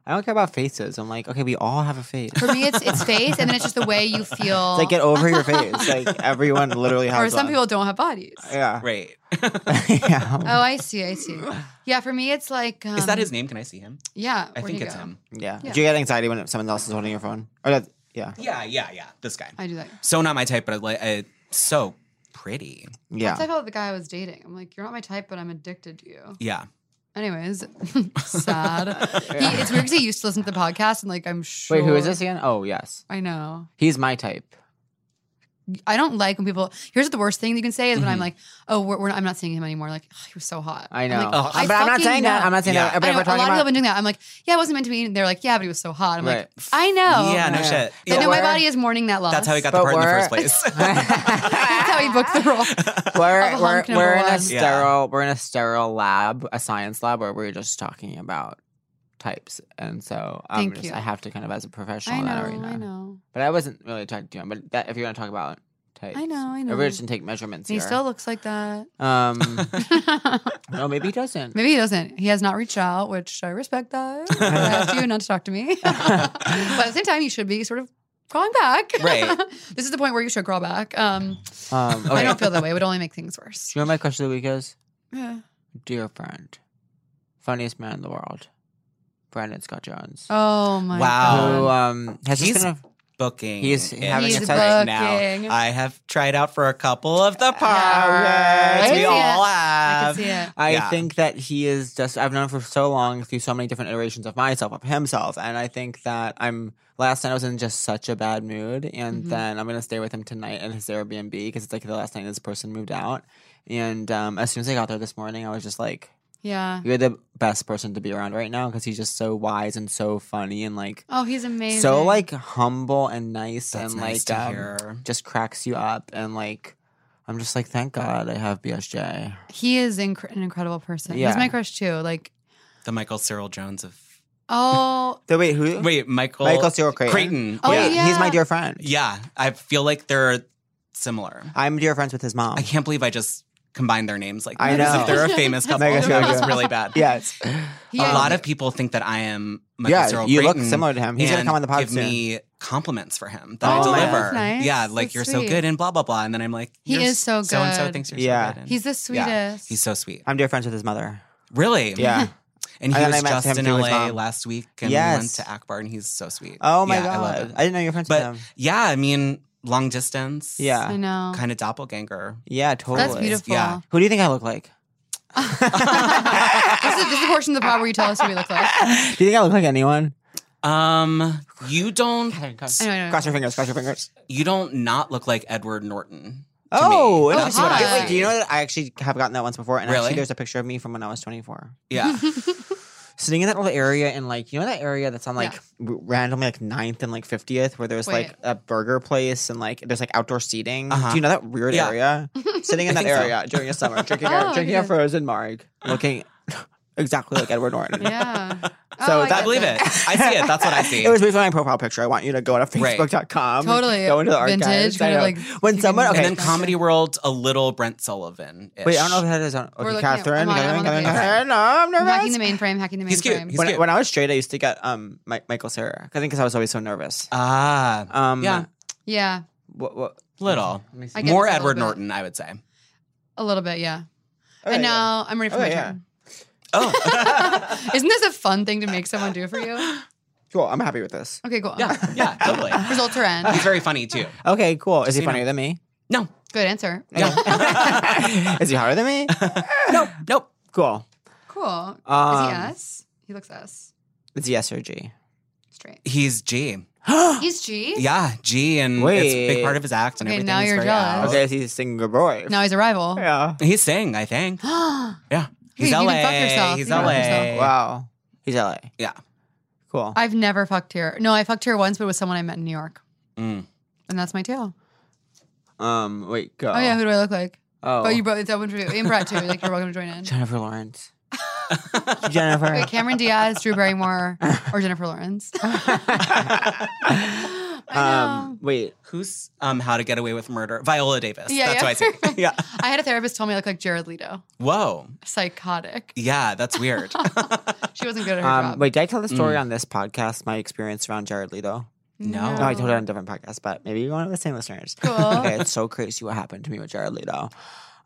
[SPEAKER 2] I don't care about faces. I'm like, okay, we all have a face.
[SPEAKER 3] For me, it's it's face, and then it's just the way you feel.
[SPEAKER 2] It's like get over your face. Like everyone literally has.
[SPEAKER 3] or some
[SPEAKER 2] one.
[SPEAKER 3] people don't have bodies.
[SPEAKER 2] Yeah.
[SPEAKER 1] Right.
[SPEAKER 2] yeah.
[SPEAKER 3] Oh, I see. I see. Yeah, for me, it's like um,
[SPEAKER 1] is that his name? Can I see him?
[SPEAKER 3] Yeah,
[SPEAKER 1] I
[SPEAKER 3] where do
[SPEAKER 1] think
[SPEAKER 3] you
[SPEAKER 1] it's
[SPEAKER 3] go?
[SPEAKER 1] him.
[SPEAKER 2] yeah.
[SPEAKER 3] Yeah.
[SPEAKER 2] Do you get anxiety when someone else is holding your phone? Or that? Yeah.
[SPEAKER 1] Yeah, yeah, yeah. This guy.
[SPEAKER 3] I do that.
[SPEAKER 1] So not my type, but I like I, so pretty.
[SPEAKER 2] Yeah.
[SPEAKER 3] So I felt like the guy I was dating. I'm like, you're not my type, but I'm addicted to you.
[SPEAKER 1] Yeah.
[SPEAKER 3] Anyways, sad. He, it's weird because he used to listen to the podcast, and like, I'm sure.
[SPEAKER 2] Wait, who is this again? Oh, yes.
[SPEAKER 3] I know.
[SPEAKER 2] He's my type.
[SPEAKER 3] I don't like when people. Here's the worst thing you can say is when I'm
[SPEAKER 1] Mhm.
[SPEAKER 3] like, oh, we're, we're not, I'm not seeing him anymore. Like, oh, he was so hot.
[SPEAKER 2] Mm-hmm. I
[SPEAKER 3] I'm
[SPEAKER 2] know.
[SPEAKER 3] like,
[SPEAKER 1] oh,
[SPEAKER 3] I
[SPEAKER 2] but I'm not
[SPEAKER 3] fucking
[SPEAKER 2] saying that.
[SPEAKER 3] know.
[SPEAKER 2] I'm not saying
[SPEAKER 1] Yeah.
[SPEAKER 2] that. But
[SPEAKER 3] I know,
[SPEAKER 2] we're
[SPEAKER 3] a lot
[SPEAKER 2] talking
[SPEAKER 3] of people have
[SPEAKER 2] about.
[SPEAKER 3] been doing that. I'm like, yeah, it wasn't meant to be. And they're like, yeah, but he was so hot. I'm
[SPEAKER 2] Right.
[SPEAKER 3] like, I know.
[SPEAKER 1] yeah. No
[SPEAKER 2] Yeah.
[SPEAKER 1] shit.
[SPEAKER 3] They
[SPEAKER 2] But
[SPEAKER 3] know my
[SPEAKER 2] we're-
[SPEAKER 3] body is mourning that loss.
[SPEAKER 1] That's how he got
[SPEAKER 2] But
[SPEAKER 1] the part in the
[SPEAKER 2] we're-
[SPEAKER 1] first place.
[SPEAKER 3] That's how he booked the role. Of a
[SPEAKER 2] we're
[SPEAKER 3] hunk
[SPEAKER 2] we're,
[SPEAKER 3] number
[SPEAKER 2] we're in a
[SPEAKER 3] one.
[SPEAKER 1] Yeah.
[SPEAKER 2] sterile we're in a sterile lab, a science lab where we're just talking about types, and so um,
[SPEAKER 3] Thank
[SPEAKER 2] just-
[SPEAKER 3] you.
[SPEAKER 2] I have to kind of as a professional
[SPEAKER 3] I
[SPEAKER 2] in that
[SPEAKER 3] know.
[SPEAKER 2] arena.
[SPEAKER 3] I know.
[SPEAKER 2] But I wasn't really talking to him. But that, if you're gonna talk about types,
[SPEAKER 3] I know. I
[SPEAKER 2] Or
[SPEAKER 3] know.
[SPEAKER 2] we're just gonna take measurements.
[SPEAKER 3] he
[SPEAKER 2] here.
[SPEAKER 3] still looks like that.
[SPEAKER 2] Um, no, maybe he doesn't.
[SPEAKER 3] Maybe he doesn't. He has not reached out, which I respect that. I asked you not to talk to me. but at the same time, you should be sort of calling back.
[SPEAKER 1] Right. Oh,
[SPEAKER 3] this is the point where you should crawl back. Um,
[SPEAKER 2] Um, okay.
[SPEAKER 3] I don't feel that way. It would only make things worse.
[SPEAKER 2] Do you know what my question of the week is?
[SPEAKER 3] Yeah.
[SPEAKER 2] Dear friend, funniest man in the world, Brandon Scott Jones.
[SPEAKER 3] Oh my
[SPEAKER 1] Wow.
[SPEAKER 2] Who
[SPEAKER 3] god.
[SPEAKER 2] um has just
[SPEAKER 1] He's-
[SPEAKER 2] kind of
[SPEAKER 1] Booking.
[SPEAKER 2] He's
[SPEAKER 1] it
[SPEAKER 2] having
[SPEAKER 3] He's
[SPEAKER 2] a
[SPEAKER 3] booking.
[SPEAKER 2] sex.
[SPEAKER 1] now. I have tried out for a couple of the parts.
[SPEAKER 2] right.
[SPEAKER 1] Uh, We
[SPEAKER 3] Yeah.
[SPEAKER 1] all
[SPEAKER 3] I
[SPEAKER 1] have.
[SPEAKER 3] can see it.
[SPEAKER 2] I
[SPEAKER 1] Yeah.
[SPEAKER 2] think that he is just I've known him for so long through so many different iterations of myself, of himself. And I think that I'm last night I was in just such a bad mood. And
[SPEAKER 3] Mhm.
[SPEAKER 1] Mm-hmm.
[SPEAKER 2] then I'm gonna stay with him tonight in his Airbnb because it's like the last night this person moved out. And um, as soon as I got there this morning, I was just like,
[SPEAKER 3] Yeah.
[SPEAKER 2] You're the best person to be around right now because he's just so wise and so funny and like
[SPEAKER 3] Oh, he's amazing.
[SPEAKER 2] so like humble and nice
[SPEAKER 1] That's
[SPEAKER 2] and
[SPEAKER 1] nice
[SPEAKER 2] like
[SPEAKER 1] to
[SPEAKER 2] um,
[SPEAKER 1] hear.
[SPEAKER 2] just cracks you up and like I'm just like, Thank God I have BSJ.
[SPEAKER 3] he is inc- an incredible person.
[SPEAKER 2] Yeah.
[SPEAKER 3] He's my crush too. Like,
[SPEAKER 1] The Michael Cyril Jones of.
[SPEAKER 3] oh,
[SPEAKER 2] So wait, who
[SPEAKER 1] Wait, Michael.
[SPEAKER 2] Michael Cyril Creighton.
[SPEAKER 1] Creighton.
[SPEAKER 3] Oh,
[SPEAKER 1] yeah.
[SPEAKER 3] yeah.
[SPEAKER 2] He's my dear friend.
[SPEAKER 1] Yeah, I feel like they're similar.
[SPEAKER 2] I'm dear friends with his mom.
[SPEAKER 1] I can't believe I just combined their names like
[SPEAKER 2] I
[SPEAKER 1] that, as
[SPEAKER 2] know.
[SPEAKER 1] if they're a famous couple.
[SPEAKER 2] Mega Jojo.
[SPEAKER 1] It's really bad.
[SPEAKER 2] Yes.
[SPEAKER 3] he
[SPEAKER 1] A lot of people think that I am Michael
[SPEAKER 2] yeah,
[SPEAKER 1] Cyril
[SPEAKER 2] you look
[SPEAKER 1] Creighton
[SPEAKER 2] similar to him. He's going to
[SPEAKER 1] and
[SPEAKER 2] come on the podcast
[SPEAKER 1] Give me compliments for him that
[SPEAKER 2] Oh,
[SPEAKER 1] I
[SPEAKER 2] that's
[SPEAKER 1] deliver.
[SPEAKER 3] nice.
[SPEAKER 1] Yeah, like
[SPEAKER 3] That's
[SPEAKER 1] you're so
[SPEAKER 3] sweet.
[SPEAKER 1] good and blah blah blah. And then I'm like,
[SPEAKER 3] He
[SPEAKER 1] "You're
[SPEAKER 3] is so
[SPEAKER 1] So and so
[SPEAKER 3] good.
[SPEAKER 1] thinks you're
[SPEAKER 2] Yeah.
[SPEAKER 1] so good. and-
[SPEAKER 3] He's the
[SPEAKER 1] Yeah.
[SPEAKER 3] sweetest.
[SPEAKER 1] He's so sweet.
[SPEAKER 2] I'm dear friends with his mother.
[SPEAKER 1] Really?
[SPEAKER 2] Yeah.
[SPEAKER 1] And he
[SPEAKER 2] And then I
[SPEAKER 1] was
[SPEAKER 2] met
[SPEAKER 1] just
[SPEAKER 2] him
[SPEAKER 1] in
[SPEAKER 2] through
[SPEAKER 1] LA
[SPEAKER 2] his mom.
[SPEAKER 1] last week and we went
[SPEAKER 2] Yes.
[SPEAKER 1] to Akbar and he's so sweet.
[SPEAKER 2] Oh my
[SPEAKER 1] Yeah,
[SPEAKER 2] god,
[SPEAKER 1] I
[SPEAKER 2] I,
[SPEAKER 1] love it.
[SPEAKER 2] didn't know you were friends
[SPEAKER 1] But-
[SPEAKER 2] with him.
[SPEAKER 1] Yeah, I mean, long distance.
[SPEAKER 2] Yeah.
[SPEAKER 3] I
[SPEAKER 1] uh,
[SPEAKER 3] know.
[SPEAKER 1] Kind of doppelganger.
[SPEAKER 2] Yeah, totally.
[SPEAKER 3] That's beautiful.
[SPEAKER 1] Yeah.
[SPEAKER 2] Who do you think I look like?
[SPEAKER 3] this, is, this is the portion of the pod where you tell us who we look like.
[SPEAKER 2] do you think I look like anyone?
[SPEAKER 1] Um, you don't
[SPEAKER 3] I know, I know.
[SPEAKER 2] Cross your fingers. Cross your fingers.
[SPEAKER 1] you don't not look like Edward Norton. to me.
[SPEAKER 2] Oh,
[SPEAKER 3] Oh,
[SPEAKER 2] that's what I
[SPEAKER 3] hi.
[SPEAKER 2] wait, Do you know that I actually have gotten that once before? And
[SPEAKER 1] Really?
[SPEAKER 2] actually, there's a picture of me from when I was 24,
[SPEAKER 1] yeah.
[SPEAKER 2] sitting in that little area in like you know that area that's on
[SPEAKER 3] Yeah.
[SPEAKER 2] like w- randomly like 9th and like 50th, where there's
[SPEAKER 3] Wait.
[SPEAKER 2] like a burger place and like there's like outdoor seating.
[SPEAKER 1] Uh-huh.
[SPEAKER 2] Do you know that weird
[SPEAKER 1] Yeah.
[SPEAKER 2] area? sitting in
[SPEAKER 1] I
[SPEAKER 2] that
[SPEAKER 1] think so.
[SPEAKER 2] area during the summer, drinking
[SPEAKER 3] Oh,
[SPEAKER 2] a, drinking
[SPEAKER 3] yeah.
[SPEAKER 2] a frozen marg, looking exactly like Edward Norton.
[SPEAKER 3] yeah. Oh,
[SPEAKER 2] So that-
[SPEAKER 3] get
[SPEAKER 1] I believe it.
[SPEAKER 3] that.
[SPEAKER 1] I see it. That's what I see.
[SPEAKER 2] It was based on my profile picture. I want you to go to
[SPEAKER 1] Right.
[SPEAKER 2] facebook.com.
[SPEAKER 3] Totally.
[SPEAKER 2] Go into the
[SPEAKER 3] Vintage,
[SPEAKER 2] archives.
[SPEAKER 3] kind of
[SPEAKER 2] I know.
[SPEAKER 3] like
[SPEAKER 2] when
[SPEAKER 3] you
[SPEAKER 2] someone
[SPEAKER 3] can-
[SPEAKER 2] okay.
[SPEAKER 1] And then Comedy World, a little Brent Sullivan.
[SPEAKER 2] Wait, I don't know if that is on.
[SPEAKER 3] We're
[SPEAKER 2] Okay,
[SPEAKER 3] looking at-
[SPEAKER 2] Catherine.
[SPEAKER 3] I'm
[SPEAKER 2] Catherine,
[SPEAKER 3] on- I'm on the
[SPEAKER 2] Catherine,
[SPEAKER 3] page.
[SPEAKER 2] Catherine. No, I'm
[SPEAKER 3] I'm hacking
[SPEAKER 2] nervous.
[SPEAKER 3] the mainframe, hacking the mainframe.
[SPEAKER 1] He's cute. He's
[SPEAKER 2] When,
[SPEAKER 1] cute.
[SPEAKER 2] when I was straight, I used to get um Mi- Michael Sarah. I think because I was always so nervous.
[SPEAKER 1] ah,
[SPEAKER 2] Um,
[SPEAKER 1] Yeah.
[SPEAKER 3] yeah.
[SPEAKER 2] What, what,
[SPEAKER 1] little.
[SPEAKER 2] Let me see.
[SPEAKER 3] I get
[SPEAKER 1] More
[SPEAKER 3] this a little
[SPEAKER 1] Edward
[SPEAKER 3] bit.
[SPEAKER 1] Norton, I would say.
[SPEAKER 3] A little bit, yeah.
[SPEAKER 2] Oh,
[SPEAKER 3] and
[SPEAKER 2] yeah.
[SPEAKER 3] now I'm ready for
[SPEAKER 2] Oh,
[SPEAKER 3] my
[SPEAKER 2] yeah.
[SPEAKER 3] turn.
[SPEAKER 1] Oh.
[SPEAKER 3] Isn't this a fun thing to make someone do for you?
[SPEAKER 2] Cool. I'm happy with this.
[SPEAKER 3] Okay, cool.
[SPEAKER 1] yeah, yeah, totally.
[SPEAKER 3] Results are in.
[SPEAKER 1] He's very funny too.
[SPEAKER 2] Okay, cool. Is
[SPEAKER 1] Just
[SPEAKER 2] he
[SPEAKER 1] so you know.
[SPEAKER 2] funnier than me?
[SPEAKER 1] No,
[SPEAKER 3] Good answer.
[SPEAKER 1] Yeah.
[SPEAKER 2] is he hotter than me?
[SPEAKER 1] no, nope.
[SPEAKER 2] Cool.
[SPEAKER 3] Cool. Is
[SPEAKER 2] Um,
[SPEAKER 3] he S? He looks S.
[SPEAKER 2] It's yes or G.
[SPEAKER 3] Straight.
[SPEAKER 1] He's G.
[SPEAKER 3] He's G?
[SPEAKER 1] Yeah, G, and it's a big
[SPEAKER 2] Wait.
[SPEAKER 1] part of his act and
[SPEAKER 3] Okay,
[SPEAKER 1] everything.
[SPEAKER 3] now
[SPEAKER 1] He's
[SPEAKER 3] you're
[SPEAKER 1] very
[SPEAKER 3] jealous.
[SPEAKER 1] out.
[SPEAKER 2] Okay, is he a single boy?
[SPEAKER 3] Now he's a rival.
[SPEAKER 2] Yeah.
[SPEAKER 1] He sang, I think. Yeah,
[SPEAKER 3] You-
[SPEAKER 1] he's
[SPEAKER 3] you can
[SPEAKER 1] LA.
[SPEAKER 3] fuck yourself.
[SPEAKER 1] He's
[SPEAKER 3] You can fuck
[SPEAKER 1] LA.
[SPEAKER 3] yourself.
[SPEAKER 2] Wow. He's LA.
[SPEAKER 1] Yeah.
[SPEAKER 2] Cool.
[SPEAKER 3] I've never fucked here. No, I fucked here once, but it was someone I met in New York.
[SPEAKER 1] Mm.
[SPEAKER 3] And that's my tale.
[SPEAKER 2] Um. Wait. Go.
[SPEAKER 3] Oh, yeah, who do I look like?
[SPEAKER 2] Oh.
[SPEAKER 3] Oh, you brought it's open for you. And Brett too. Like you're welcome to join in.
[SPEAKER 2] Jennifer Lawrence. Jennifer.
[SPEAKER 3] Wait, Cameron Diaz, Drew Barrymore, or Jennifer Lawrence. I know.
[SPEAKER 2] um. Wait.
[SPEAKER 1] Who's um How to Get Away with Murder? Viola Davis.
[SPEAKER 3] Yeah,
[SPEAKER 1] That's
[SPEAKER 3] yeah.
[SPEAKER 1] what I see. yeah.
[SPEAKER 3] I had a therapist tell me I look like Jared Leto.
[SPEAKER 1] Whoa.
[SPEAKER 3] Psychotic.
[SPEAKER 1] Yeah, that's weird.
[SPEAKER 3] She wasn't good at her
[SPEAKER 2] Um.
[SPEAKER 3] job.
[SPEAKER 2] Wait. Did I tell the story
[SPEAKER 1] Mm.
[SPEAKER 2] on this podcast? My experience around Jared Leto.
[SPEAKER 1] No.
[SPEAKER 2] No, Oh, I told it on a different podcast, but maybe you want to the same listeners.
[SPEAKER 3] Cool.
[SPEAKER 2] Okay. It's so crazy what happened to me with Jared Leto.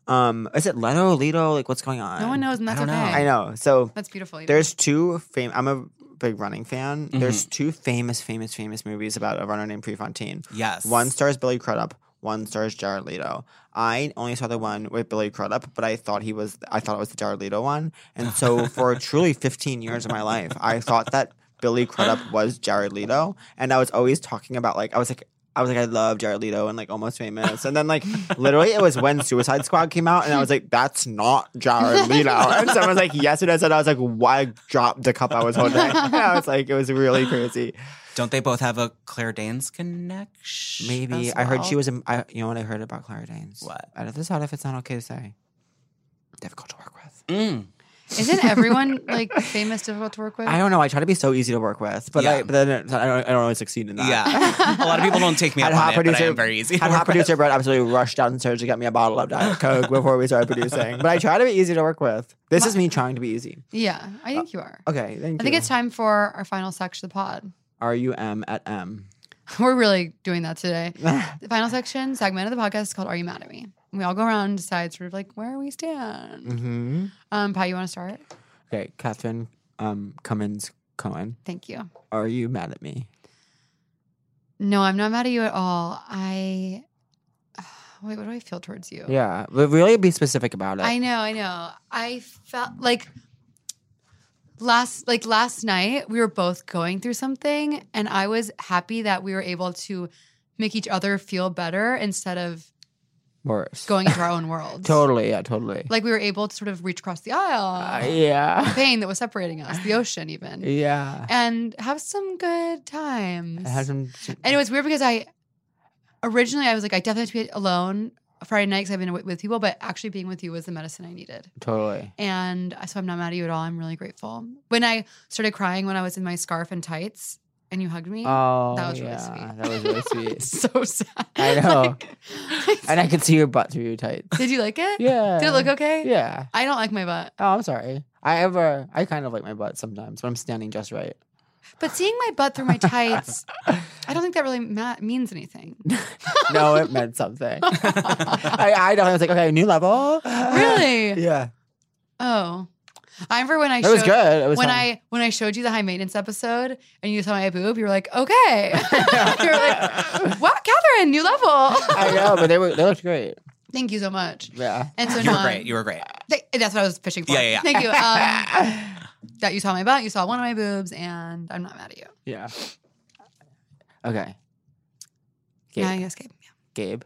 [SPEAKER 2] Um. Is it Leto? Leto? Like, what's going on?
[SPEAKER 3] No one knows, and
[SPEAKER 1] I
[SPEAKER 3] that's
[SPEAKER 1] don't
[SPEAKER 3] okay.
[SPEAKER 1] know.
[SPEAKER 2] I know. So
[SPEAKER 3] That's beautiful. Leto.
[SPEAKER 2] There's two fame. I'm a big running fan. There's two famous, famous, famous movies about a runner named Prefontaine.
[SPEAKER 1] yes.
[SPEAKER 2] One stars Billy Crudup. One stars Jared Leto. I only saw the one with Billy Crudup, but I thought he was. I thought it was the Jared Leto one. And so for truly 15 years of my life, I thought that Billy Crudup was Jared Leto, and I was always talking about like I was like. I was like, I love Jared Leto and like Almost Famous, and then like literally, it was when Suicide Squad came out, and I was like, "That's not Jared Leto." And someone was like, "Yes, it is," and I was like, "Why I dropped the cup I was holding?" I was like, it was really crazy.
[SPEAKER 1] Don't they both have a Claire Danes connection?
[SPEAKER 2] Maybe
[SPEAKER 1] as
[SPEAKER 2] I heard she
[SPEAKER 1] well?
[SPEAKER 2] was. A, I, you know what I heard about Clara Danes?
[SPEAKER 1] What?
[SPEAKER 2] Out of this out if it's not okay to say. Difficult to work with.
[SPEAKER 1] Mm.
[SPEAKER 3] Isn't everyone like famous, difficult to work with?
[SPEAKER 2] I don't know. I try to be so easy to work with, but
[SPEAKER 1] Uh, Yeah.
[SPEAKER 2] I but then it- I don't. I don't always succeed in that.
[SPEAKER 1] Yeah. a lot of people don't take me up
[SPEAKER 2] Had
[SPEAKER 1] on
[SPEAKER 2] hot
[SPEAKER 1] it, but I
[SPEAKER 2] producer,
[SPEAKER 1] am very easy. to
[SPEAKER 2] had hot
[SPEAKER 1] work with.
[SPEAKER 2] producer Brett absolutely rushed downstairs to get me a bottle of Diet Coke before we started producing. But I try to be easy to work with. This is me trying to be easy.
[SPEAKER 3] Yeah, I think you are.
[SPEAKER 2] Okay, thank you.
[SPEAKER 3] I think it's time for our final section of the pod.
[SPEAKER 2] R U M at M.
[SPEAKER 3] We're really doing that today. The final section segment of the podcast is called "Are You Mad at Me?" And we all go around and decide sort of like where we stand.
[SPEAKER 2] Mm-hmm.
[SPEAKER 3] Um, Pi, you want to start?
[SPEAKER 2] Okay, Catherine um, Cummins Cohen.
[SPEAKER 3] Thank you.
[SPEAKER 2] Are you mad at me?
[SPEAKER 3] No, I'm not mad at you at all. I wait. What do I feel towards you?
[SPEAKER 2] Yeah, but really be specific about it.
[SPEAKER 3] I know, I know. I felt like last like last night we were both going through something and I was happy that we were able to make each other feel better instead of
[SPEAKER 2] Worse.
[SPEAKER 3] going into our own worlds.
[SPEAKER 2] Totally. Yeah. Totally.
[SPEAKER 3] Like we were able to sort of reach across the aisle.
[SPEAKER 2] Uh,
[SPEAKER 3] The
[SPEAKER 2] yeah.
[SPEAKER 3] pain that was separating us, the ocean even.
[SPEAKER 2] Yeah.
[SPEAKER 3] And have some good times.
[SPEAKER 2] It has some. some-
[SPEAKER 3] And it was weird because I originally I was like, I definitely have to be alone Friday night because I've been wi- with people, but actually being with you was the medicine I needed.
[SPEAKER 2] Totally.
[SPEAKER 3] And so I'm not mad at you at all. I'm really grateful. When I started crying when I was in my scarf and tights and you hugged me,
[SPEAKER 2] Oh,
[SPEAKER 3] that was really
[SPEAKER 2] yeah.
[SPEAKER 3] sweet.
[SPEAKER 2] That was really sweet.
[SPEAKER 3] so sad.
[SPEAKER 2] I know.
[SPEAKER 3] Like-
[SPEAKER 2] and I could see your butt through your tights.
[SPEAKER 3] did you like it?
[SPEAKER 2] Yeah.
[SPEAKER 3] Did it look okay?
[SPEAKER 2] Yeah.
[SPEAKER 3] I don't like my butt.
[SPEAKER 2] Oh, I'm sorry. I ever. I kind of like my butt sometimes, but I'm standing just right.
[SPEAKER 3] But seeing my butt through my tights, I don't think that really ma- means anything.
[SPEAKER 2] No, it meant something. I, I definitely was like, okay, new level.
[SPEAKER 3] Really?
[SPEAKER 2] Yeah.
[SPEAKER 3] Oh. I'm for when I
[SPEAKER 2] That was
[SPEAKER 3] showed-
[SPEAKER 2] good. It was
[SPEAKER 3] when
[SPEAKER 2] fun.
[SPEAKER 3] I when I showed you the high maintenance episode and you saw my boob, you were like, okay. you were like, wow, Catherine, new level.
[SPEAKER 2] I know, but they were they looked great.
[SPEAKER 3] Thank you so much.
[SPEAKER 2] Yeah.
[SPEAKER 3] And so
[SPEAKER 1] You were
[SPEAKER 3] now-
[SPEAKER 1] great. You were great.
[SPEAKER 3] Th- that's what I was pitching for.
[SPEAKER 1] Yeah, yeah, yeah.
[SPEAKER 3] Thank you. Um, that you saw my butt, you saw one of my boobs, and I'm not mad at you.
[SPEAKER 2] Yeah. Okay. Gabe.
[SPEAKER 3] Yeah, I escape. Yeah.
[SPEAKER 2] Gabe.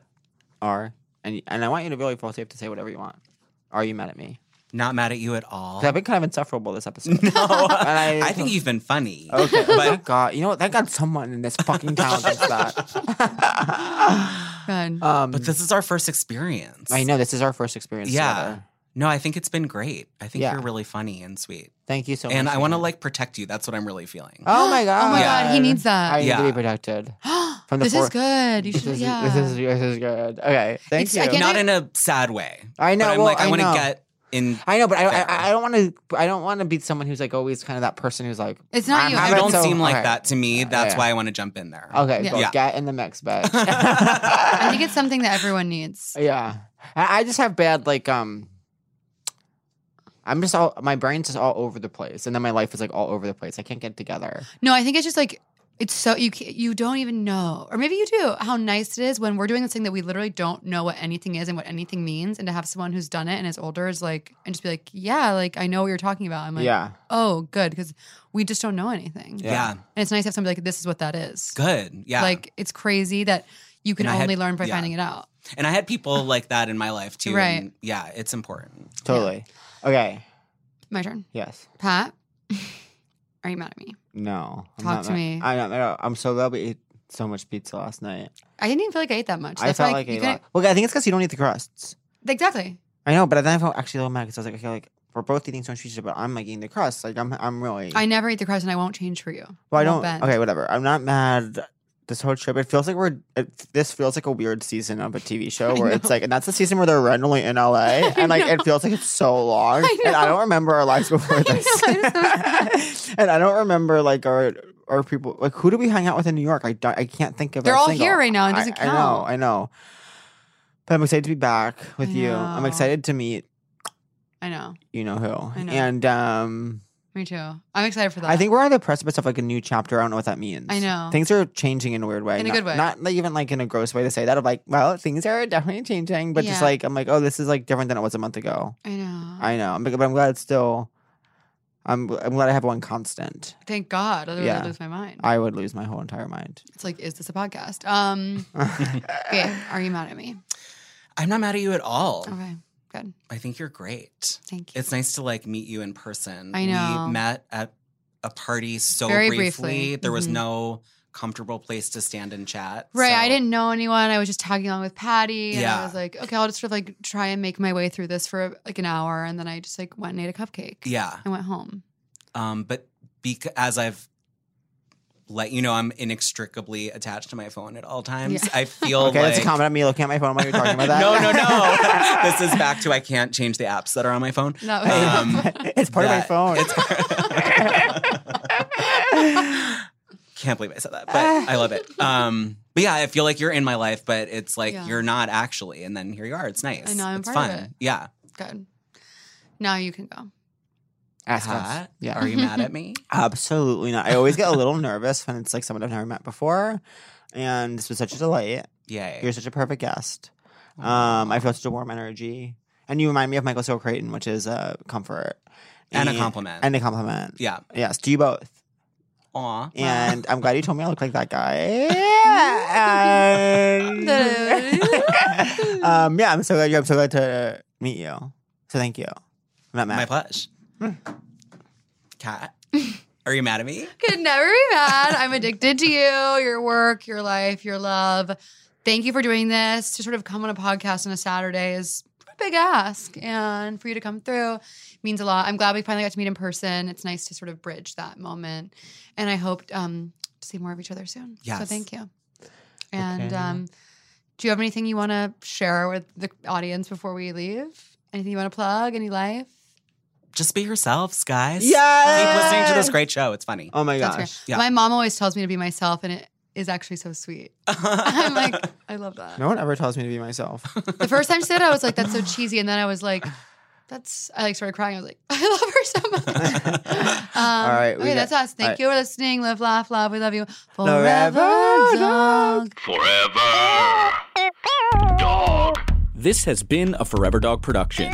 [SPEAKER 2] Are and and I want you to really feel safe to say whatever you want. Are you mad at me?
[SPEAKER 1] Not mad at you at all.
[SPEAKER 2] 'Cause I've been kind of insufferable this episode.
[SPEAKER 1] Oh. No, I,
[SPEAKER 2] I-
[SPEAKER 1] think you've been funny.
[SPEAKER 2] Okay. oh
[SPEAKER 1] But
[SPEAKER 2] God, you know what? Thank God someone in this fucking town thinks that.
[SPEAKER 3] Fun.
[SPEAKER 2] um,
[SPEAKER 1] but this is our first experience.
[SPEAKER 2] I know this is our first experience.
[SPEAKER 1] Yeah.
[SPEAKER 2] Together.
[SPEAKER 1] No, I think it's been great. I think
[SPEAKER 2] Yeah.
[SPEAKER 1] you're really funny and sweet.
[SPEAKER 2] Thank you so much.
[SPEAKER 1] and I want to
[SPEAKER 2] Ian.
[SPEAKER 1] like protect you. That's what I'm really feeling.
[SPEAKER 2] Oh my god.
[SPEAKER 3] Oh my God, he needs
[SPEAKER 2] I
[SPEAKER 3] that.
[SPEAKER 2] need to
[SPEAKER 1] Yeah.
[SPEAKER 2] be protected. From the
[SPEAKER 3] this is
[SPEAKER 2] fourth-
[SPEAKER 3] good. You
[SPEAKER 2] This
[SPEAKER 3] should,
[SPEAKER 2] is,
[SPEAKER 3] yeah.
[SPEAKER 2] this is this is good. Okay, thank
[SPEAKER 3] It's-
[SPEAKER 2] you.
[SPEAKER 3] I get
[SPEAKER 1] Not
[SPEAKER 3] it.
[SPEAKER 1] in a sad way.
[SPEAKER 2] I know.
[SPEAKER 1] But I'm
[SPEAKER 2] well,
[SPEAKER 1] like, I, want to
[SPEAKER 2] know.
[SPEAKER 1] get in.
[SPEAKER 2] I know, but I,
[SPEAKER 1] there.
[SPEAKER 2] I, I don't want to. I don't want to be someone who's like always kind of that person who's like.
[SPEAKER 3] It's not
[SPEAKER 2] I'm
[SPEAKER 3] you.
[SPEAKER 1] You
[SPEAKER 3] I
[SPEAKER 2] having
[SPEAKER 1] don't
[SPEAKER 2] so-
[SPEAKER 1] seem like
[SPEAKER 2] okay.
[SPEAKER 1] that to me. That's
[SPEAKER 2] yeah.
[SPEAKER 1] why I want to jump in there.
[SPEAKER 2] Okay,
[SPEAKER 3] Yeah.
[SPEAKER 2] cool.
[SPEAKER 1] Yeah.
[SPEAKER 2] get in the mix, bitch.
[SPEAKER 3] I think it's something that everyone needs.
[SPEAKER 2] yeah, I, I just have bad like um. I'm just all my brain's just all over the place, and then my life is like all over the place. I can't get together.
[SPEAKER 3] No, I think it's just like it's so you ca- you don't even know, or maybe you do. How nice it is when we're doing this thing that we literally don't know what anything is and what anything means, and to have someone who's done it and is older is like, and just be like, yeah, like I know what you're talking about. I'm like,
[SPEAKER 2] yeah,
[SPEAKER 3] oh, good, because we just don't know anything.
[SPEAKER 1] Yeah.
[SPEAKER 2] Yeah.
[SPEAKER 3] and it's nice to have somebody like this is what that is.
[SPEAKER 1] Good. Yeah.
[SPEAKER 3] Like it's crazy that you can
[SPEAKER 1] And I had-
[SPEAKER 3] only learn by
[SPEAKER 1] yeah.
[SPEAKER 3] finding it out.
[SPEAKER 1] and I had people like that in my life too.
[SPEAKER 3] Right.
[SPEAKER 1] and yeah. It's important.
[SPEAKER 2] totally. Okay.
[SPEAKER 3] My turn,
[SPEAKER 2] Yes.
[SPEAKER 3] Pat. Are you mad at me?
[SPEAKER 2] No. I'm
[SPEAKER 3] Talk
[SPEAKER 2] not
[SPEAKER 3] to
[SPEAKER 2] mad-
[SPEAKER 3] me.
[SPEAKER 2] I know. I know. I'm so glad we ate so much pizza last night.
[SPEAKER 3] I didn't even feel like I ate that much.
[SPEAKER 2] I
[SPEAKER 3] That's why
[SPEAKER 2] felt like
[SPEAKER 3] you
[SPEAKER 2] a lot.
[SPEAKER 3] couldn't-
[SPEAKER 2] Well, I think it's because you don't eat the crusts.
[SPEAKER 3] Exactly.
[SPEAKER 2] I know, but then I felt actually a little mad because I was like, okay, like we're both eating so much pizza, but I'm like eating the crust. Like I'm, I'm really.
[SPEAKER 3] I never eat the crust, and I won't change for you.
[SPEAKER 2] well, I
[SPEAKER 3] won't
[SPEAKER 2] don't.
[SPEAKER 3] bend.
[SPEAKER 2] Okay, whatever. I'm not mad. This whole trip, it feels like we're. It, this feels like a weird season of a TV show where it's
[SPEAKER 3] know.
[SPEAKER 2] like, and that's the season where they're randomly in LA, and like it feels like it's so long,
[SPEAKER 3] I
[SPEAKER 2] and I
[SPEAKER 3] know.
[SPEAKER 2] don't remember our lives before
[SPEAKER 3] I
[SPEAKER 2] this,
[SPEAKER 3] know, I'm
[SPEAKER 2] and I don't remember like our our people. Like, who do we hang out with in New York? I don't- I can't think of. a
[SPEAKER 3] They're all
[SPEAKER 2] single.
[SPEAKER 3] here right now. It
[SPEAKER 2] I-
[SPEAKER 3] doesn't
[SPEAKER 2] I, know,
[SPEAKER 3] count.
[SPEAKER 2] I know. But I'm excited to be back with
[SPEAKER 3] I
[SPEAKER 2] you. I'm
[SPEAKER 3] know.
[SPEAKER 2] excited to meet
[SPEAKER 3] I know.
[SPEAKER 2] you know who.
[SPEAKER 3] I know.
[SPEAKER 2] And um,
[SPEAKER 3] Me too. I'm excited for that.
[SPEAKER 2] I think we're on the precipice of like a new chapter. I don't know what that means.
[SPEAKER 3] I know.
[SPEAKER 2] Things are changing in a weird way.
[SPEAKER 3] In a
[SPEAKER 2] not,
[SPEAKER 3] good way.
[SPEAKER 2] Not like, even like in a gross way to say that of like, well, things are definitely changing, but just
[SPEAKER 3] Yeah. Uh-huh.
[SPEAKER 2] like, I'm like, oh, this is like different than it was a month ago.
[SPEAKER 3] I know.
[SPEAKER 2] I know. I'm, but I'm glad it's still, I'm, I'm glad I have one constant.
[SPEAKER 3] Thank God. Otherwise,
[SPEAKER 2] Yeah.
[SPEAKER 3] I'd lose my mind.
[SPEAKER 2] I would lose my whole entire mind.
[SPEAKER 3] it's like, is this a podcast? Um, okay. Are you mad at me?
[SPEAKER 1] I'm not mad at you at all.
[SPEAKER 3] Okay. Good.
[SPEAKER 1] I think you're great.
[SPEAKER 3] Thank you.
[SPEAKER 1] It's nice to like meet you in person.
[SPEAKER 3] I know.
[SPEAKER 1] We met at a party so
[SPEAKER 3] Very
[SPEAKER 1] briefly.
[SPEAKER 3] briefly.
[SPEAKER 1] There was
[SPEAKER 3] Mhm.
[SPEAKER 1] no comfortable place to stand and chat.
[SPEAKER 3] Right. I
[SPEAKER 1] so-
[SPEAKER 3] didn't know anyone. I was just tagging along with Patty. And I
[SPEAKER 1] Yeah.
[SPEAKER 3] was like, okay, I'll just sort of like try and make my way through this for like an hour. And then I just like went and ate a cupcake.
[SPEAKER 1] Yeah.
[SPEAKER 3] I went home.
[SPEAKER 1] Um, but bec- as I've let you know, I'm inextricably attached to my phone at all times.
[SPEAKER 3] Yeah.
[SPEAKER 1] I feel
[SPEAKER 2] Okay,
[SPEAKER 1] like
[SPEAKER 2] that's a comment on me looking at my phone while you're talking about that.
[SPEAKER 1] no, no, no. this is back to I can't change the apps that are on my phone.
[SPEAKER 3] No.
[SPEAKER 1] Um,
[SPEAKER 2] it's part
[SPEAKER 1] that-
[SPEAKER 2] of my phone.
[SPEAKER 1] It's part- Can't believe I said that, but I love it. Um, but yeah, I feel like you're in my life, but it's like
[SPEAKER 3] Yeah.
[SPEAKER 1] you're not actually, and then here you are. It's nice.
[SPEAKER 3] I know, I'm
[SPEAKER 1] it's
[SPEAKER 3] part of
[SPEAKER 1] fun.
[SPEAKER 3] it.
[SPEAKER 1] Yeah.
[SPEAKER 3] Good. Now you can go.
[SPEAKER 2] Ask us.
[SPEAKER 1] Hot.
[SPEAKER 2] Yeah.
[SPEAKER 1] Are you mad at me?
[SPEAKER 2] Absolutely not. I always get a little nervous when it's like someone I've never met before. And this was such a delight.
[SPEAKER 1] Yay.
[SPEAKER 2] You're such a perfect guest. Um, I feel such a warm energy. And you remind me of Michael Soul Creighton, which is a comfort.
[SPEAKER 1] And a compliment.
[SPEAKER 2] And a compliment.
[SPEAKER 1] yeah.
[SPEAKER 2] Yes, to you both.
[SPEAKER 1] Aw.
[SPEAKER 2] And I'm glad you told me I look like that guy. And- um, yeah, I'm so glad you. I'm so glad to meet you. So thank you. I'm not
[SPEAKER 1] My
[SPEAKER 2] mad.
[SPEAKER 1] plush.
[SPEAKER 2] Hmm.
[SPEAKER 1] Cat. Are you mad at me?
[SPEAKER 3] Could never be mad. I'm addicted to you, your work, your life, your love. Thank you for doing this. To sort of come on a podcast on a Saturday is a big ask. And for you to come through means a lot. I'm glad we finally got to meet in person. It's nice to sort of bridge that moment. And I hope um, to see more of each other soon. So
[SPEAKER 1] Yes.
[SPEAKER 3] thank you. And
[SPEAKER 2] Okay.
[SPEAKER 3] um, do you have anything you want to share with the audience before we leave? Anything you want to plug? Any life?
[SPEAKER 1] Just be yourselves, guys. Keep
[SPEAKER 2] Yeah.
[SPEAKER 1] listening to this great show. It's funny.
[SPEAKER 2] Oh my
[SPEAKER 3] That's
[SPEAKER 2] gosh.
[SPEAKER 3] great.
[SPEAKER 1] Yeah.
[SPEAKER 3] My mom always tells me to be myself, and it is actually so sweet. I'm like, I love that.
[SPEAKER 2] No one ever tells me to be myself.
[SPEAKER 3] The first time she said it, I was like, that's so cheesy. And then I was like, That's I like started crying. I was like, I love her so much. um, All
[SPEAKER 2] right, we
[SPEAKER 3] okay,
[SPEAKER 2] got-
[SPEAKER 3] that's us. Thank
[SPEAKER 2] right.
[SPEAKER 3] you for listening. Live, laugh, love. We love you
[SPEAKER 2] Forever,
[SPEAKER 3] forever,
[SPEAKER 2] dog.
[SPEAKER 3] dog.
[SPEAKER 4] Forever. Dog.
[SPEAKER 5] This has been a Forever Dog production.